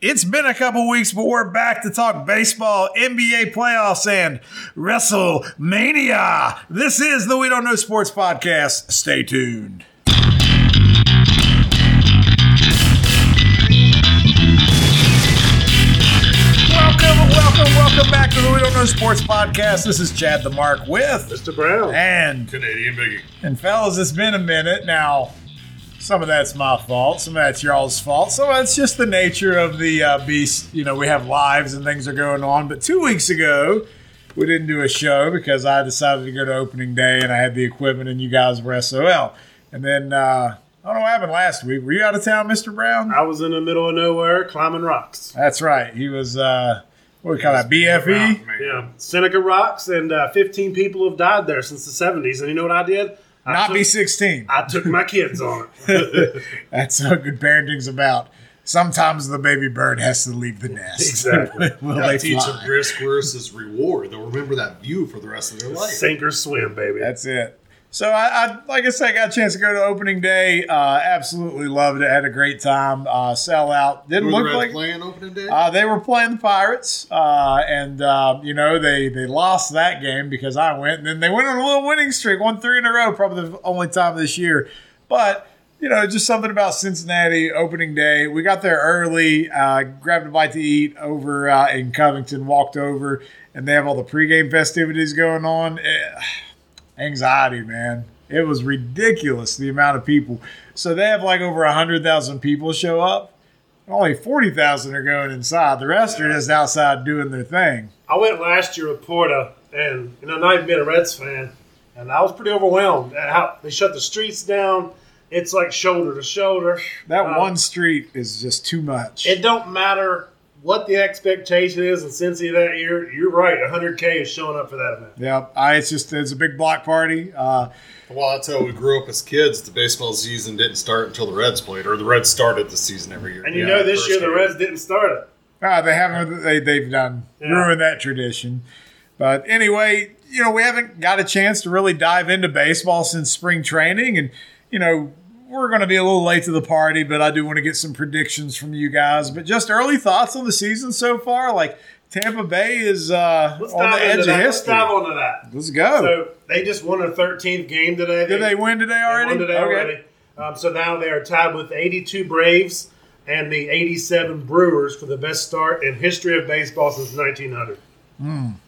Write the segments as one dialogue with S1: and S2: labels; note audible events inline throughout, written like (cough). S1: It's been a couple weeks, but we're back to talk baseball, NBA playoffs, and WrestleMania. This is the We Don't Know Sports Podcast. Stay tuned. Welcome, welcome, welcome back to the We Don't Know Sports Podcast. This is Chad the Mark with
S2: Mr. Brown.
S1: and
S2: Canadian Biggie.
S1: and fellas, it's been a minute now. Some of that's my fault. Some of that's y'all's fault. Some of that's just the nature of the uh, beast. You know, we have lives and things are going on. But two weeks ago, we didn't do a show because I decided to go to opening day and I had the equipment and you guys were SOL. And then uh, I don't know what happened last week. Were you out of town, Mr. Brown?
S2: I was in the middle of nowhere climbing rocks.
S1: That's right. He was. Uh, what do we call that? E? BFE.
S2: Yeah, Seneca Rocks, and uh, 15 people have died there since the 70s. And you know what I did? I
S1: Not
S2: took,
S1: be sixteen.
S2: I took my kids on
S1: (laughs)
S2: it.
S1: That's what good parenting's about. Sometimes the baby bird has to leave the nest.
S2: Exactly.
S1: (laughs) Will
S3: Gotta
S1: they
S3: teach
S1: fly?
S3: them risk versus reward. They'll remember that view for the rest of their life.
S2: Sink or swim, baby.
S1: That's it. So I, I like I said, I got a chance to go to opening day. Uh, absolutely loved it. Had a great time. Uh, sell out. Didn't
S3: Who were
S1: look
S3: at
S1: like
S3: playing opening day.
S1: uh, they were playing the Pirates, uh, and uh, you know they they lost that game because I went, and then they went on a little winning streak, won three in a row, probably the only time this year. But you know, just something about Cincinnati opening day. We got there early, uh, grabbed a bite to eat over uh, in Covington, walked over, and they have all the pregame festivities going on. Eh, anxiety, man. It was ridiculous the amount of people. So they have like over hundred thousand people show up only 40,000 are going inside. The rest are just outside doing their thing.
S2: I went last year with Porta, and you know, not even being a Reds fan, and I was pretty overwhelmed at how they shut the streets down. It's like shoulder to shoulder.
S1: That
S2: Uh,
S1: one street is just too much.
S2: It don't matter what the expectation is in Cincy that year. You're right. 100K is showing up for that event.
S1: yeah, I, it's just it's a big block party. Uh,
S3: well, that's how we grew up as kids. The baseball season didn't start until the Reds played, or the Reds started the season every year.
S2: And you
S3: Yeah,
S2: know, this
S3: first
S2: year the
S3: game.
S2: Reds didn't start it.
S1: ah, they haven't they they've done
S2: Yeah.
S1: ruined that tradition. But anyway, you know we haven't got a chance to really dive into baseball since spring training, and you know we're going to be a little late to the party. But I do want to get some predictions from you guys. But just early thoughts on the season so far. Like Tampa Bay is uh,
S2: Let's
S1: on
S2: dive
S1: the
S2: into
S1: edge of
S2: that.
S1: history.
S2: Let's dive onto that.
S1: Let's go.
S2: So they just won their 13th game today.
S1: Did they win today
S2: they won
S1: already?
S2: today already. Um, so now they are tied with 82 Braves and the 87 Brewers for the best start in history of baseball since 1900.
S3: I want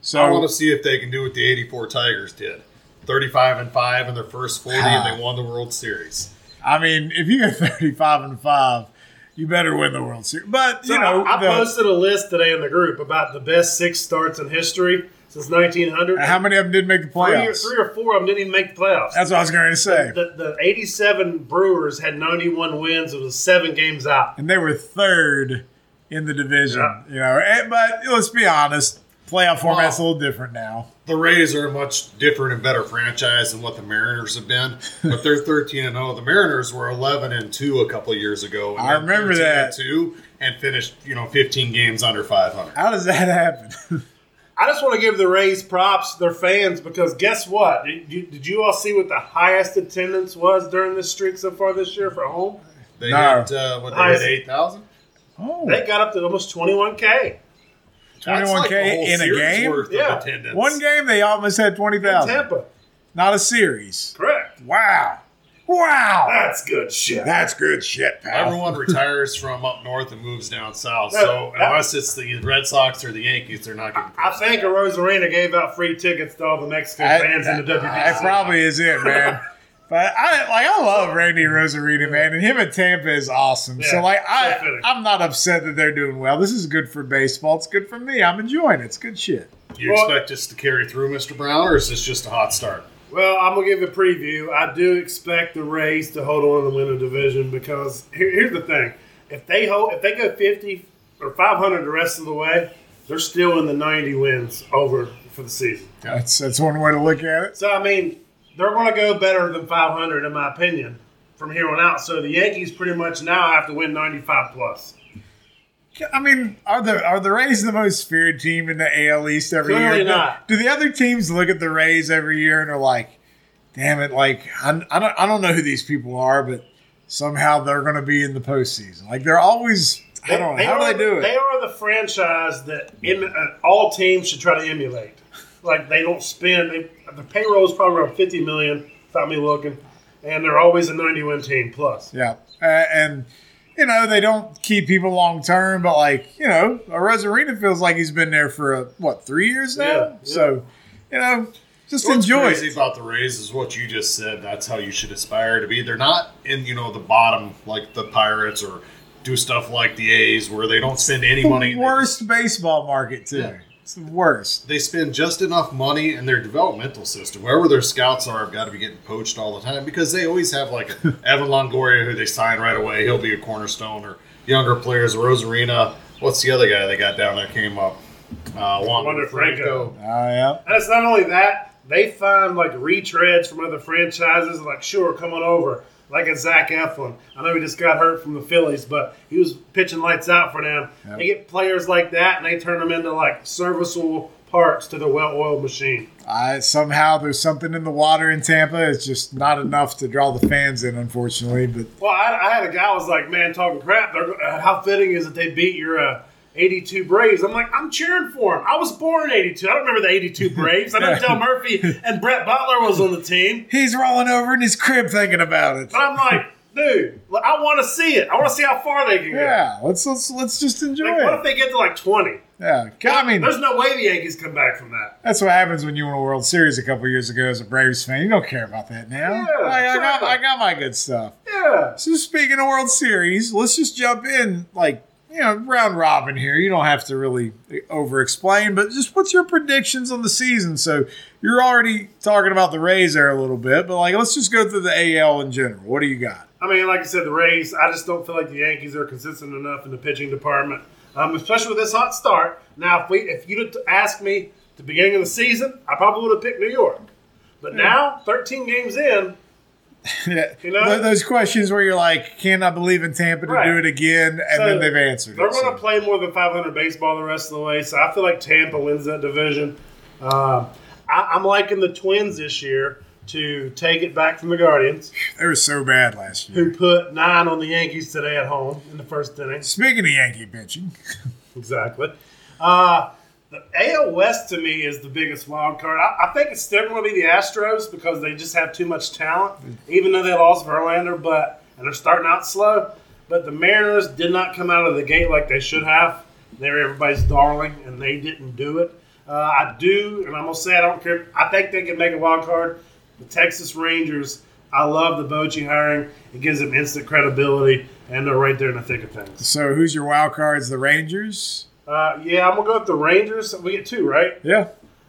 S1: So
S3: to see if they can do what the '84 Tigers did: 35 and five in their first 40, and
S1: Ah.
S2: (sighs)
S3: they won the World Series.
S1: I mean, if you go (laughs) thirty-five and five, you better win the World Series. But
S2: So
S1: you know,
S2: I, I
S1: the-
S2: posted a list today in the group about the best six starts in history since 1900.
S1: how many of them did make the
S2: Three or,
S1: playoffs?
S2: three or four of them didn't even make the playoffs.
S1: That's what I was going to say.
S2: the, the 87 Brewers had 91 wins. It was seven games out.
S1: And they were third in the division.
S2: Yeah.
S1: You know, and, but let's be honest, playoff format's a little different now.
S3: The Rays are a much different and better franchise than what the Mariners have been, but they're 13 and 0. The Mariners were 11 and 2 a couple of years ago. And
S1: I
S3: then
S1: remember
S3: 13 and
S1: that.
S3: 2 and finished, you know, 15 games under 500.
S1: How does that (laughs) happen?
S2: I just want to give the Rays props, their fans, because guess what? Did you, did you all see what the highest attendance was during this streak so far this year for home?
S3: They
S1: No.
S3: hit uh, what they
S2: Nice.
S3: hit 8,000.
S1: oh,
S2: They got up to almost 21K.
S3: That's like
S1: 21K
S3: the whole
S1: in a
S3: series
S1: game?
S3: worth of
S2: Yeah.
S3: attendance.
S1: one game they almost had twenty thousand.
S2: Tampa.
S1: Not a series.
S2: Correct.
S1: Wow, wow,
S2: That's good shit.
S1: that's good shit, pal.
S3: Everyone retires from up north and moves down south. So
S2: Yeah, that-
S3: unless it's the Red Sox or the Yankees, they're not getting.
S2: I think a Rosarina gave out free tickets to all the Mexican
S1: That-
S2: fans in the
S1: that- That
S2: WBC.
S1: probably is it, man.
S2: (laughs)
S1: But I like I love Randy Rosarita, man, and him at Tampa is awesome. so
S2: Yeah,
S1: like
S2: so
S1: I
S2: fitting.
S1: I'm not upset that they're doing well. This is good for baseball. It's good for me. I'm enjoying it. It's good shit.
S3: Do you
S2: Well-
S3: expect this to carry through, Mr. Brown, or is this just a hot start?
S2: Well, I'm gonna give a preview. I do expect the Rays to hold on and win the division because here, here's the thing: if they hold, if they go 50 or 500 the rest of the way, they're still in the 90 wins over for the season.
S1: That's that's one way to look at it.
S2: So I mean, they're gonna go better than 500 in my opinion from here on out. So the Yankees pretty much now have to win 95 plus.
S1: I mean, are the are the Rays the most feared team in the AL East every
S2: Clearly
S1: year? Do-
S2: not.
S1: Do, the other teams look at the Rays every year and are like, "Damn it! Like I'm, I don't I don't know who these people are, but somehow they're going to be in the postseason. Like they're always I don't know. How do
S2: are
S1: they do
S2: the- They
S1: it?
S2: are the franchise that em, uh, all teams should try to emulate. Like they don't spend. They, the payroll is probably around fifty million, without me looking, and they're always a ninety-win team plus.
S1: Yeah. Uh, and, you know, they don't keep people long term, but like, you know, Rosarina feels like he's been there for, uh what, three years now?
S2: Yeah, yeah.
S1: So, you know, just
S3: What's
S1: enjoy
S3: crazy
S1: it.
S3: about the Rays is what you just said. That's how you should aspire to be. They're not in you know the bottom like the Pirates or do stuff like the A's where they don't spend any money.
S1: The
S3: They
S1: worst baseball market, too.
S3: Yeah.
S1: It's the worst.
S3: they spend just enough money in their developmental system. Wherever their scouts are, have got to be getting poached all the time because they always
S1: (laughs)
S3: have like Evan Longoria, who they sign right away. He'll be a cornerstone, or younger players, Rosarina. What's the other guy they got down there came up? Uh, Wander,
S2: Wander Franco.
S1: Oh, yeah.
S2: And it's not only that they find like retreads from other franchises. Like sure, come on over. Like a Zach Eflin. I know he just got hurt from the Phillies, but he was pitching lights out for them. They get players like that, and they turn them into like serviceable parts to the well-oiled machine.
S1: I, somehow there's something in the water in Tampa. It's just not enough to draw the fans in, unfortunately. But
S2: Well, I, I had a guy was like, "Man, talking crap. They're, uh, how fitting is it they beat your uh, '82 Braves?" I'm like, "I'm cheering for them. I was born in '82. I don't remember the '82 Braves. I know Del Murphy and Brett Butler was on the team,
S1: he's rolling over in his crib thinking about it.
S2: but I'm like, dude, like, I want to see it. I want to see how far they can go.
S1: Yeah, let's let's let's just enjoy
S2: Like, what if
S1: it.
S2: they get to like 20?
S1: Yeah, I mean,
S2: There's no way the Yankees come back from that.
S1: That's what happens when you win a World Series a couple years ago as a Braves fan. You don't care about that now.
S2: Yeah,
S1: I, I got,
S2: exactly.
S1: I got my good stuff.
S2: Yeah.
S1: So speaking of World Series, let's just jump in like you know round robin here. You don't have to really over explain, but just what's your predictions on the season? So you're already talking about the Rays there a little bit, but like let's just go through the AL in general. What do you got?
S2: I mean, like I said, the Rays, I just don't feel like the Yankees are consistent enough in the pitching department, um, especially with this hot start. Now, if we, if you'd have asked me at the beginning of the season, I probably would have picked New York. But now, 13 games in,
S1: Yeah.
S2: You
S1: (laughs)
S2: know?
S1: Th- those questions where you're like, can I believe in Tampa to
S2: Right.
S1: do it again? And
S2: So
S1: then they've answered
S2: they're
S1: it.
S2: going
S1: So-
S2: to play more than 500 baseball the rest of the way, so I feel like Tampa wins that division. Um I, I'm liking the Twins this year to take it back from the Guardians,
S1: they were so bad last year.
S2: who put nine on the Yankees today at home in the first inning.
S1: Speaking of Yankee pitching. (laughs)
S2: Exactly. Uh, the AL West to me is the biggest wild card. I, I think it's still going to be the Astros because they just have too much talent, even though they lost Verlander, but and they're starting out slow. But the Mariners did not come out of the gate like they should have. They're everybody's darling, and they didn't do it. Uh, I do, and I'm gonna say I don't care. I think they can make a wild card. The Texas Rangers. I love the Bochy hiring. It gives them instant credibility, and they're right there in the thick of things.
S1: So who's your wild cards? The Rangers.
S2: Uh, yeah, I'm gonna go with the Rangers. We get two, right?
S1: Yeah,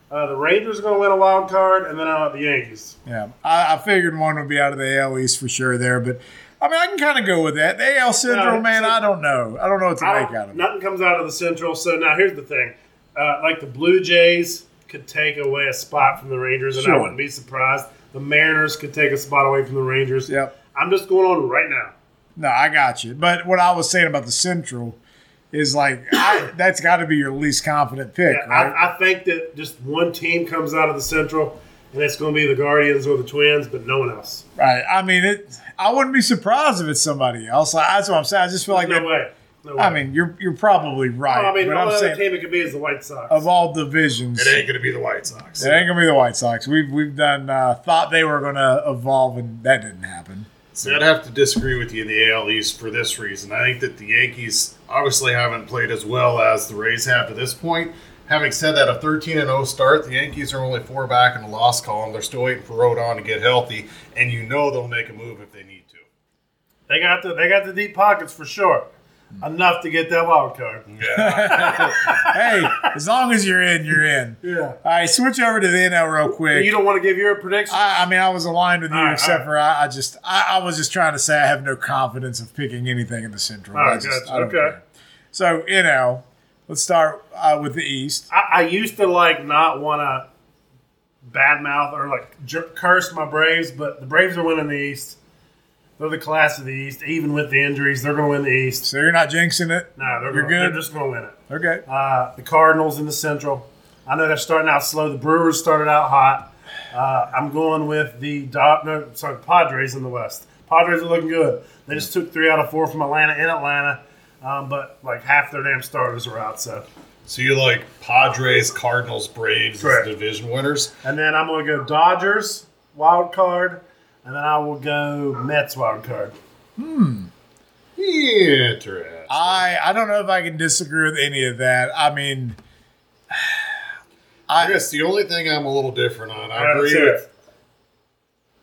S2: Uh, the Rangers are gonna win a wild card, and then I like the Yankees.
S1: yeah. I, I figured one would be out of the AL East for sure there, but I mean I can kind of go with that. The AL Central,
S2: No,
S1: man,
S2: so-
S1: I don't know. I don't know what to
S2: I
S1: make out of it.
S2: nothing comes out of the Central. So now here's the thing: uh, like the Blue Jays could take away a spot from the Rangers, and I
S1: Sure.
S2: wouldn't be surprised. The Mariners could take a spot away from the Rangers.
S1: Yep.
S2: I'm just going on right now.
S1: No, I got you. But what I was saying about the Central is like I, that's got to be your least confident pick,
S2: Yeah,
S1: right?
S2: I, I think that just one team comes out of the Central, and it's going to be the Guardians or the Twins, but no one else.
S1: right. I mean, it. I wouldn't be surprised if it's somebody else. Like, that's what I'm saying. I just feel like
S2: No
S1: that-
S2: way. No way.
S1: I mean, you're you're probably right,
S2: I mean,
S1: but
S2: the only
S1: I'm
S2: other
S1: saying
S2: team it could be is the White Sox.
S1: of all divisions,
S3: It ain't gonna be the White Sox.
S1: It ain't gonna be the White Sox. We've we've done uh, thought they were gonna evolve, and that didn't happen.
S3: See, I'd have to disagree with you in the AL East for this reason. I think that the Yankees obviously haven't played as well as the Rays have to this point. Having said that, a 13 and 0 start, the Yankees are only four back in the loss column. They're still waiting for Rodon to get healthy, and you know they'll make a move if they need to.
S2: They got the they got the deep pockets for sure. Enough to get that wild card.
S3: Yeah,
S2: (laughs)
S1: hey, as long as you're in, you're in.
S2: Yeah.
S1: All right, switch over to the NL real quick.
S2: You don't want to give your prediction.
S1: I, I mean, I was aligned with you,
S2: All right,
S1: except
S2: all
S1: for I, I just I, I was just trying to say I have no confidence of picking anything in the Central.
S2: All
S1: I
S2: right,
S1: just-
S2: gotcha.
S1: I don't
S2: Okay.
S1: care. So NL, let's start uh, with the East.
S2: I, I used to like not want to badmouth or like j- curse my Braves, but the Braves are winning the East. They're the class of the East, even with the injuries. They're going to win the East.
S1: So you're not jinxing it.
S2: Nah, they're,
S1: You're
S2: gonna, they're
S1: good?
S2: just going to win it.
S1: Okay.
S2: Uh, the Cardinals in the Central. I know they're starting out slow. The Brewers started out hot. Uh, I'm going with the Dod- no, sorry, Padres in the West. Padres are looking good. They just took three out of four from Atlanta in Atlanta. Um, but like half their damn starters are out. So,
S3: (laughs) So you like Padres, Cardinals, Braves as
S2: Correct.
S3: division winners.
S2: and then I'm gonna go Dodgers wild card, and then I will go Mets wild card.
S3: Interesting.
S1: I I don't know if I can disagree with any of that. I mean,
S3: I guess the only thing I'm a little different on, I
S2: All right, let's
S3: agree
S2: hear
S3: with,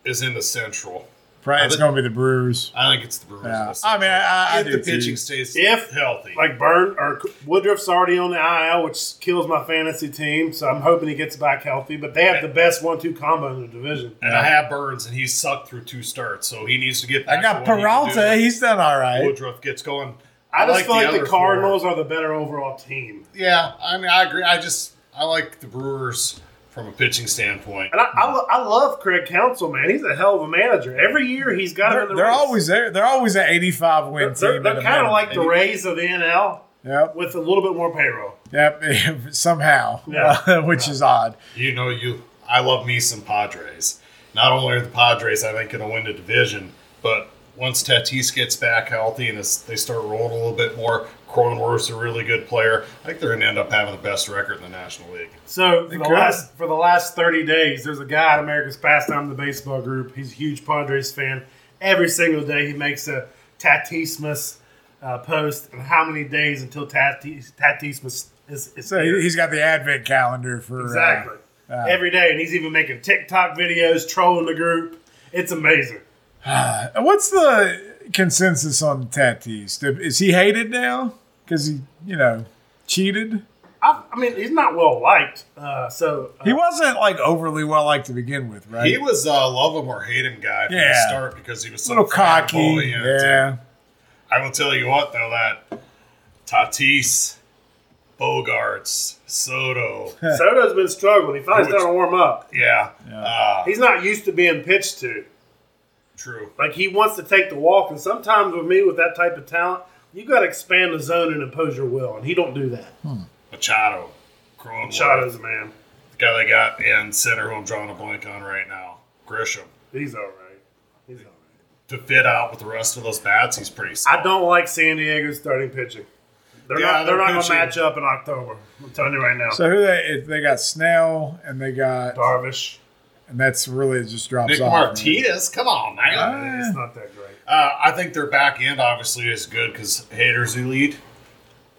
S2: it.
S3: is in the Central.
S1: probably it's
S3: but-
S1: going to be the Brewers.
S3: I think it's the Brewers. in
S1: Yeah.
S3: the
S1: I mean, I, I, I
S3: if
S1: do
S3: the
S1: too.
S3: pitching stays
S2: If-
S3: healthy.
S2: Like Burn or Woodruff's already on the IL, which kills my fantasy team. So I'm hoping he gets back healthy. But they have the best one-two combo in the division.
S3: and I have Burns, and he's sucked through two starts, so he needs to get. Back
S1: I got
S3: to what he can do.
S1: Peralta. He's done all right.
S3: Woodruff gets going.
S2: I just feel like
S3: other
S2: the
S3: four.
S2: Cardinals are the better overall team.
S3: Yeah, I mean, I agree. I just I like the Brewers from a pitching standpoint.
S2: And I, I, lo- I love Craig Council, man. He's a hell of a manager. Every year he's got him
S1: They're,
S2: in the
S1: they're
S2: race.
S1: always there. They're always an 85 win
S2: they're, they're,
S1: team. at a
S2: kind of
S1: minimum.
S2: like the Rays of the NL
S1: Yep.
S2: with a little bit more payroll.
S1: Yep. (laughs) Somehow,
S2: (laughs) Yeah.
S1: (laughs) which is odd.
S3: You know, you I love me some Padres. Not only are the Padres, I think, going to win the division, but once Tatis gets back healthy and it's, they start rolling a little bit more, Cronenworth's a really good player. I think they're going to end up having the best record in the National League.
S2: So for the
S1: could.
S2: last for the last thirty days, there's a guy at America's Pastime, the baseball group. He's a huge Padres fan. Every single day, he makes a Tatismus uh, post. And how many days until Tatis Tatismus is, is
S1: So
S2: here.
S1: he- he's got the advent calendar for uh,
S2: exactly every day? And he's even making TikTok videos, trolling the group. It's amazing.
S1: uh, What's the consensus on Tatis? Is he hated now because he, you know, cheated?
S2: I, I mean, he's not well liked. Uh, so uh,
S1: He wasn't like overly well liked to begin with, right?
S3: He was a love him or hate him guy from the
S1: Yeah.
S3: start because he was
S1: a
S3: so
S1: little cocky.
S3: flamboyant.
S1: Yeah,
S3: I will tell you what, though, that Tatis, Bogarts,
S1: (laughs)
S3: Soto,
S2: Soto's been struggling. He finally
S3: Which-
S2: started to warm up.
S3: yeah, Ah,
S2: He's not used to being pitched to.
S3: true.
S2: Like he wants to take the walk, and sometimes with me with that type of talent, you got to expand the zone and impose your will, and he don't do that.
S1: Hmm.
S3: Machado, Cronenworth,
S2: Shadows, man,
S3: the guy they got in center who I'm drawing a blank on right now, Grisham.
S2: he's all right. He's all right.
S3: To fit out with the rest of those bats, he's pretty. Solid.
S2: I don't like San Diego's starting pitching. They're
S3: Yeah,
S2: not. They're,
S3: they're
S2: not going to
S3: pitching.
S2: match up in October. I'm telling you right now.
S1: So who they if they got Snell and they got
S2: Darvish,
S1: and that's really it just drops
S3: Nick
S1: off. right?
S3: Martinez, come on, man.
S1: Ah.
S2: it's not that great.
S3: Uh, I think their back end obviously is good because Hader's elite,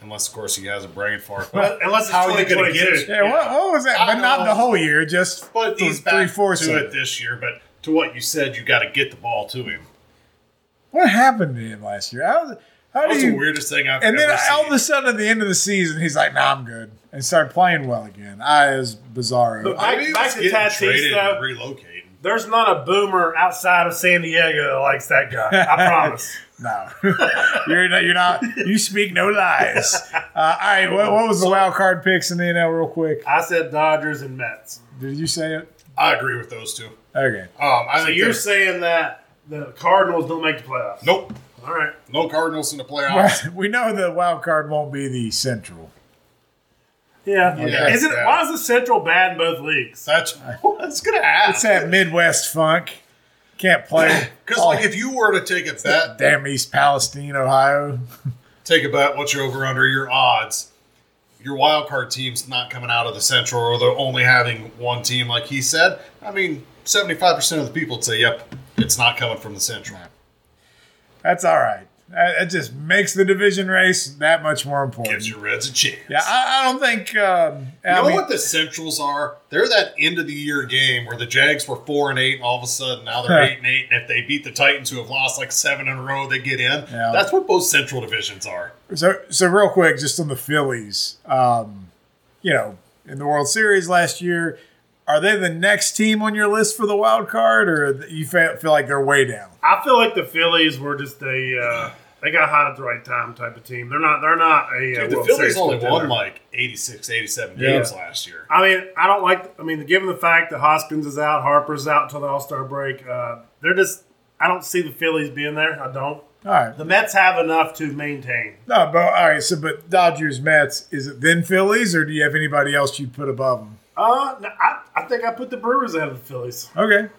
S3: unless of course he has a brain fart.
S1: (laughs)
S3: But
S2: Unless it's
S3: how are you going to
S2: 2022.
S3: get?
S1: Yeah, What, what was that?
S3: I
S1: but not
S3: know.
S1: the whole year, just
S3: But
S1: th-
S3: he's back
S1: three-fourths
S3: to
S1: of
S3: it this year. But to what you said, you got to get the ball to him.
S1: What happened to him last year? How, how
S3: That was
S1: do you?
S3: the weirdest thing I've
S1: and
S3: ever
S1: then all of
S3: seen.
S1: a sudden, at the end of the season, he's like, "Nah, I'm good," and started playing well again. I is bizarro.
S2: But
S1: I,
S2: I-
S3: Maybe he
S2: back
S3: was
S2: to
S3: getting
S2: Tatis,
S3: traded and
S2: though.
S3: relocating.
S2: There's not a boomer outside of San Diego that likes that guy. I promise.
S1: no, (laughs) you're not. You're not. You speak no lies. Uh, all right. What, what was the wild card picks in the NL? Real quick.
S2: I said Dodgers and Mets.
S1: Did you say it?
S3: I agree with those two.
S1: Okay. (laughs)
S3: Um, I think
S2: You're
S3: they're-
S2: saying that the Cardinals don't make the playoffs.
S3: nope,
S2: All right.
S3: no Cardinals in the playoffs.
S1: Well, we know the wild card won't be the central.
S2: Yeah.
S3: Yeah.
S2: Is it?
S3: Yeah.
S2: Why is the Central bad in both leagues?
S3: That's (laughs) that's gonna happen.
S1: It's that Midwest funk. Can't play.
S3: Because
S1: Oh,
S3: like if you were to take a bet,
S1: damn East Palestine, Ohio.
S3: take a bet, what's your over under, your odds, your wild card team's not coming out of the Central, or they're only having one team, like he said. I mean, seventy five percent of the people would say, "Yep, it's not coming from the Central."
S1: That's all right. That, that just makes the division race that much more important.
S3: Gives your Reds a chance.
S1: yeah, I, I don't think. Um,
S3: You
S1: I
S3: know
S1: mean,
S3: what the Centrals are? They're that end of the year game where the Jags were four and eight, and all of a sudden now they're eight and eight. And if they beat the Titans, who have lost like seven in a row, they get in.
S1: Yeah.
S3: That's what both Central divisions are.
S1: So, so real quick, just on the Phillies, um, you know, in the World Series last year, are they the next team on your list for the wild card, or you fe- feel like they're way down?
S2: I feel like the Phillies were just a uh, they got hot at the right time type of team. They're not. They're not a. uh,
S3: Dude, the
S2: World
S3: Phillies
S2: Series
S3: only won
S2: contender.
S3: like 86, 87
S1: Yeah.
S3: games last year.
S2: I mean, I don't like. I mean, given the fact that Hoskins is out, Harper's out until the All Star break, uh, they're just. I don't see the Phillies being there. I don't.
S1: All right,
S2: The Mets have enough to maintain.
S1: no, but all right. So, but Dodgers, Mets, is it then Phillies, or do you have anybody else you put above them?
S2: Uh, no, I, I think I put the Brewers ahead of the Phillies.
S1: Okay,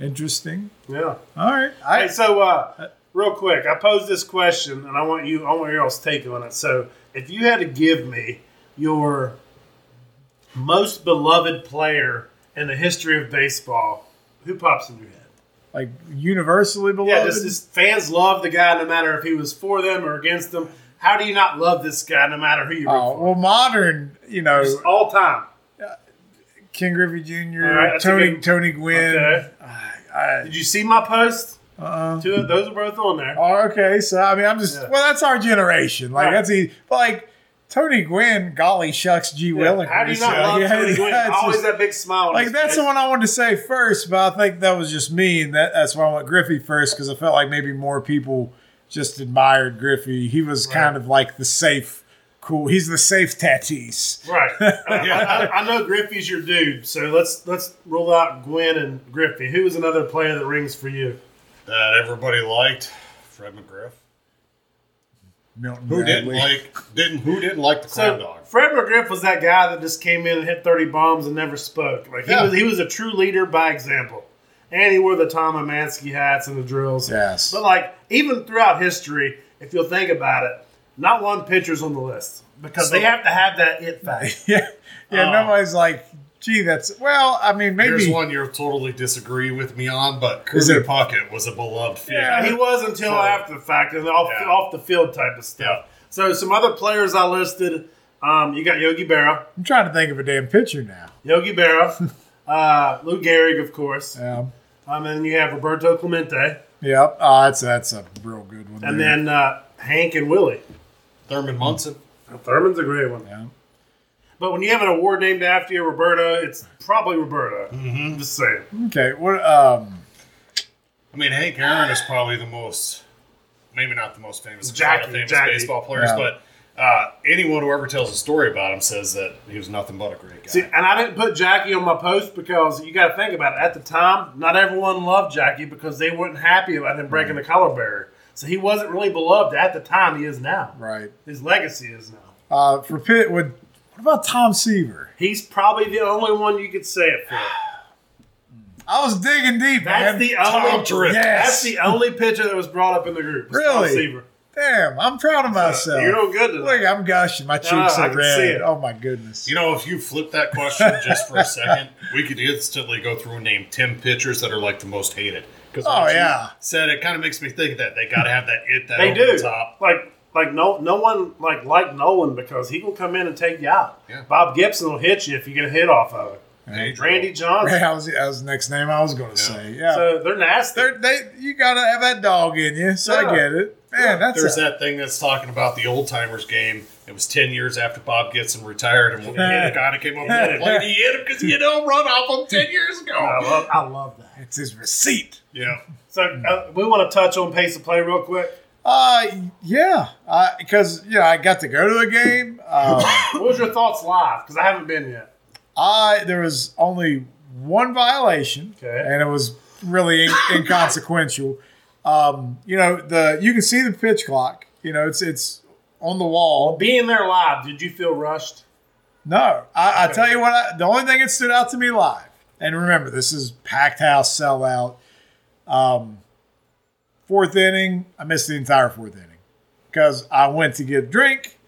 S1: interesting.
S2: Yeah.
S1: All right,
S2: Hey,
S1: I
S2: so uh, real quick, I posed this question, and I want you, I want your all's take on it. So, if you had to give me your most beloved player in the history of baseball, who pops in your head?
S1: Like universally beloved.
S2: Yeah, just, just fans love the guy, no matter if he was for them or against them. How do you not love this guy, no matter who you root
S1: Oh, well, modern, you know,
S2: for? All time.
S1: Ken Griffey Jr.,
S2: All right, that's a
S1: Tony
S2: good-
S1: Tony Gwynn.
S2: Okay.
S1: I-
S2: Did you see my post?
S1: uh,
S2: Two of those are both on there.
S1: oh, okay, so I mean, I'm just
S2: Yeah.
S1: well, that's our generation. Like
S2: Right.
S1: that's easy. But like Tony Gwynn, golly shucks, G. Willikers.
S2: How do you not
S1: Like,
S2: love Tony Gwynn?
S1: that's
S2: Always
S1: just-
S2: that big smile. on
S1: like
S2: his
S1: that's
S2: face.
S1: the one I wanted to say first, but I think that was just me, and that, that's why I went Griffey first because I felt like maybe more people just admired Griffey. He was kind of like the safe, cool. He's the safe Tatis. (laughs)
S2: Right. I, I, I know Griffey's your dude, so let's let's roll out Gwen and Griffey. Who is another player that rings for you?
S3: That everybody liked Fred McGriff.
S1: Milton
S3: Who didn't
S1: Bradley.
S3: like didn't who didn't like the crab
S2: So
S3: dog?
S2: Fred McGriff was that guy that just came in and hit thirty bombs and never spoke. Like he
S3: Yeah.
S2: was he was a true leader by example. And he wore the Tom Amansky hats and the drills.
S1: Yes.
S2: But like even throughout history, if you'll think about it, not one pitcher's on the list. Because
S3: So-
S2: they have to have that it factor.
S1: (laughs) yeah, yeah.
S2: Oh.
S1: nobody's like, gee, that's well. I mean,
S3: Here's
S1: maybe
S3: one you'll totally disagree with me on, but
S1: Is
S3: Kirby
S1: it-
S3: Puckett was a beloved figure.
S1: Yeah.
S2: he was until after the fact and off,
S3: Yeah.
S2: off the field type of stuff. So some other players I listed, um, you got Yogi Berra,
S1: I'm trying to think of a damn pitcher now.
S2: Yogi (laughs) Berra, uh, Lou Gehrig, of course,
S1: Um,
S2: um, and then you have Roberto Clemente,
S1: yep, uh, that's that's a real good one.
S2: and
S1: there.
S2: then uh, Hank and Willie.
S3: Thurman Munson.
S2: Now, Thurman's a great one,
S1: Yeah.
S2: but when you have an award named after you, Roberto, it's probably Roberto. Mm-hmm. Just saying.
S1: okay, what? Um,
S3: I mean, Hank Aaron is probably the most, maybe not the most famous, but
S2: Jackie,
S3: one of the famous
S2: Jackie.
S3: baseball players,
S1: Yeah.
S3: but uh, anyone who ever tells a story about him says that he was nothing but a great guy.
S2: See, and I didn't put Jackie on my post because you got to think about it. At the time, not everyone loved Jackie because they weren't happy about him breaking the collar barrier. So he wasn't really beloved at the time. He is now.
S1: right.
S2: His legacy is now.
S1: Uh, for Pitt, what, what about Tom Seaver?
S2: He's probably the only one you could say it for.
S1: I was digging deep, man.
S2: That's the
S3: Tom
S2: only.
S3: Drift.
S1: Yeah.
S2: That's the only pitcher that was brought up in the group. was Tom
S1: Really?
S2: Seaver.
S1: Damn, I'm proud of myself.
S2: You're doing good
S1: Look,
S2: today.
S1: I'm gushing. My cheeks
S2: No, I
S1: are
S2: can see
S1: red.
S2: it.
S1: Oh my goodness.
S3: You know, if you flip that question just for a second, we could instantly go through and name 10 pitchers that are like the most hated. Because
S1: Oh, yeah.
S3: said it kind of makes me think that they got to have that it that
S2: They
S3: over
S2: do.
S3: the top.
S2: Like, like no, no one like like Nolan because he will come in and take you out.
S3: Yeah.
S2: Bob Gibson will hit you if you get a hit off of it. (laughs)
S3: Hey,
S2: Randy Johnson.
S1: Ray, that was, that was the next name I was going to say. Yeah,
S2: So they're nasty.
S1: They're, they you gotta have that dog in you. So I
S2: Yeah.
S1: get it, man. that's
S3: There's
S1: a-
S3: that thing that's talking about the old timers game. It was 10 years after Bob Gibson retired, and when the guy that came up and played, he hit him because he had no run off him 10 years
S2: I
S3: ago.
S2: love, I love that.
S1: it's his receipt.
S3: Yeah.
S2: So uh, we want to touch on pace of play real quick.
S1: Uh, yeah, because you know I got to go to a game. (laughs) Um,
S2: What was your thoughts live? Because I haven't been yet.
S1: I there was only one violation,
S2: Okay.
S1: and it was really (laughs) in- inconsequential. Um, you know the you can see the pitch clock. You know it's it's on the wall.
S2: Being there live, did you feel rushed?
S1: No, I, I tell you what. I, the only thing that stood out to me live, and remember, this is packed house sellout. Um, fourth inning, I missed the entire fourth inning because I went to get a drink,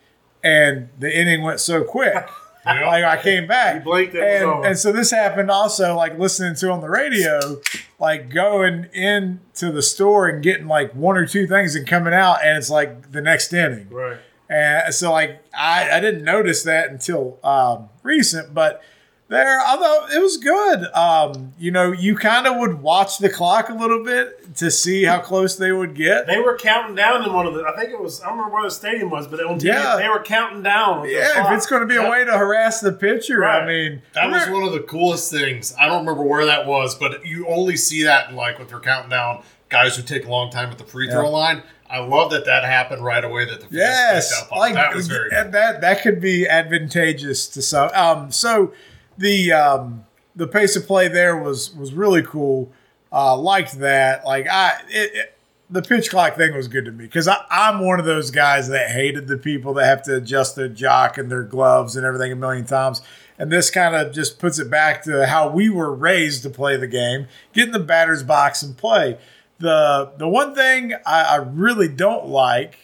S1: and the inning went so quick.
S2: (laughs)
S1: Like I came back,
S2: blinked, it was
S1: and,
S2: over.
S1: and so this happened also. Like listening to on the radio, like going into the store and getting like one or two things and coming out, and it's like the next inning.
S2: Right.
S1: And so, like, I, I didn't notice that until um, recent, but there, I thought it was good. Um, you know, you kind of would watch the clock a little bit to see how close they would get.
S2: They were counting down in one of the. I think it was. I don't remember where the stadium was, but on TV,
S1: Yeah.
S2: they were counting down. with the
S1: Yeah,
S2: clock.
S1: if it's going to be
S2: Yep.
S1: a way to harass the pitcher, I
S2: Right.
S1: mean,
S3: That was
S1: we're-
S3: one of the coolest things. I don't remember where that was, but you only see that in like with their counting down guys who take a long time at the free throw
S1: Yeah.
S3: line. I love that that happened right away. That the fans picked
S1: Yes,
S3: up on.
S1: like
S3: that was very.
S1: and that that could be advantageous to some. Um, so the um, the pace of play there was was really cool. Uh, liked that. Like I, it, it, the pitch clock thing was good to me because I'm one of those guys that hated the people that have to adjust their jock and their gloves and everything a million times. And this kind of just puts it back to how we were raised to play the game, get in the batter's box and play. The the one thing I, I really don't like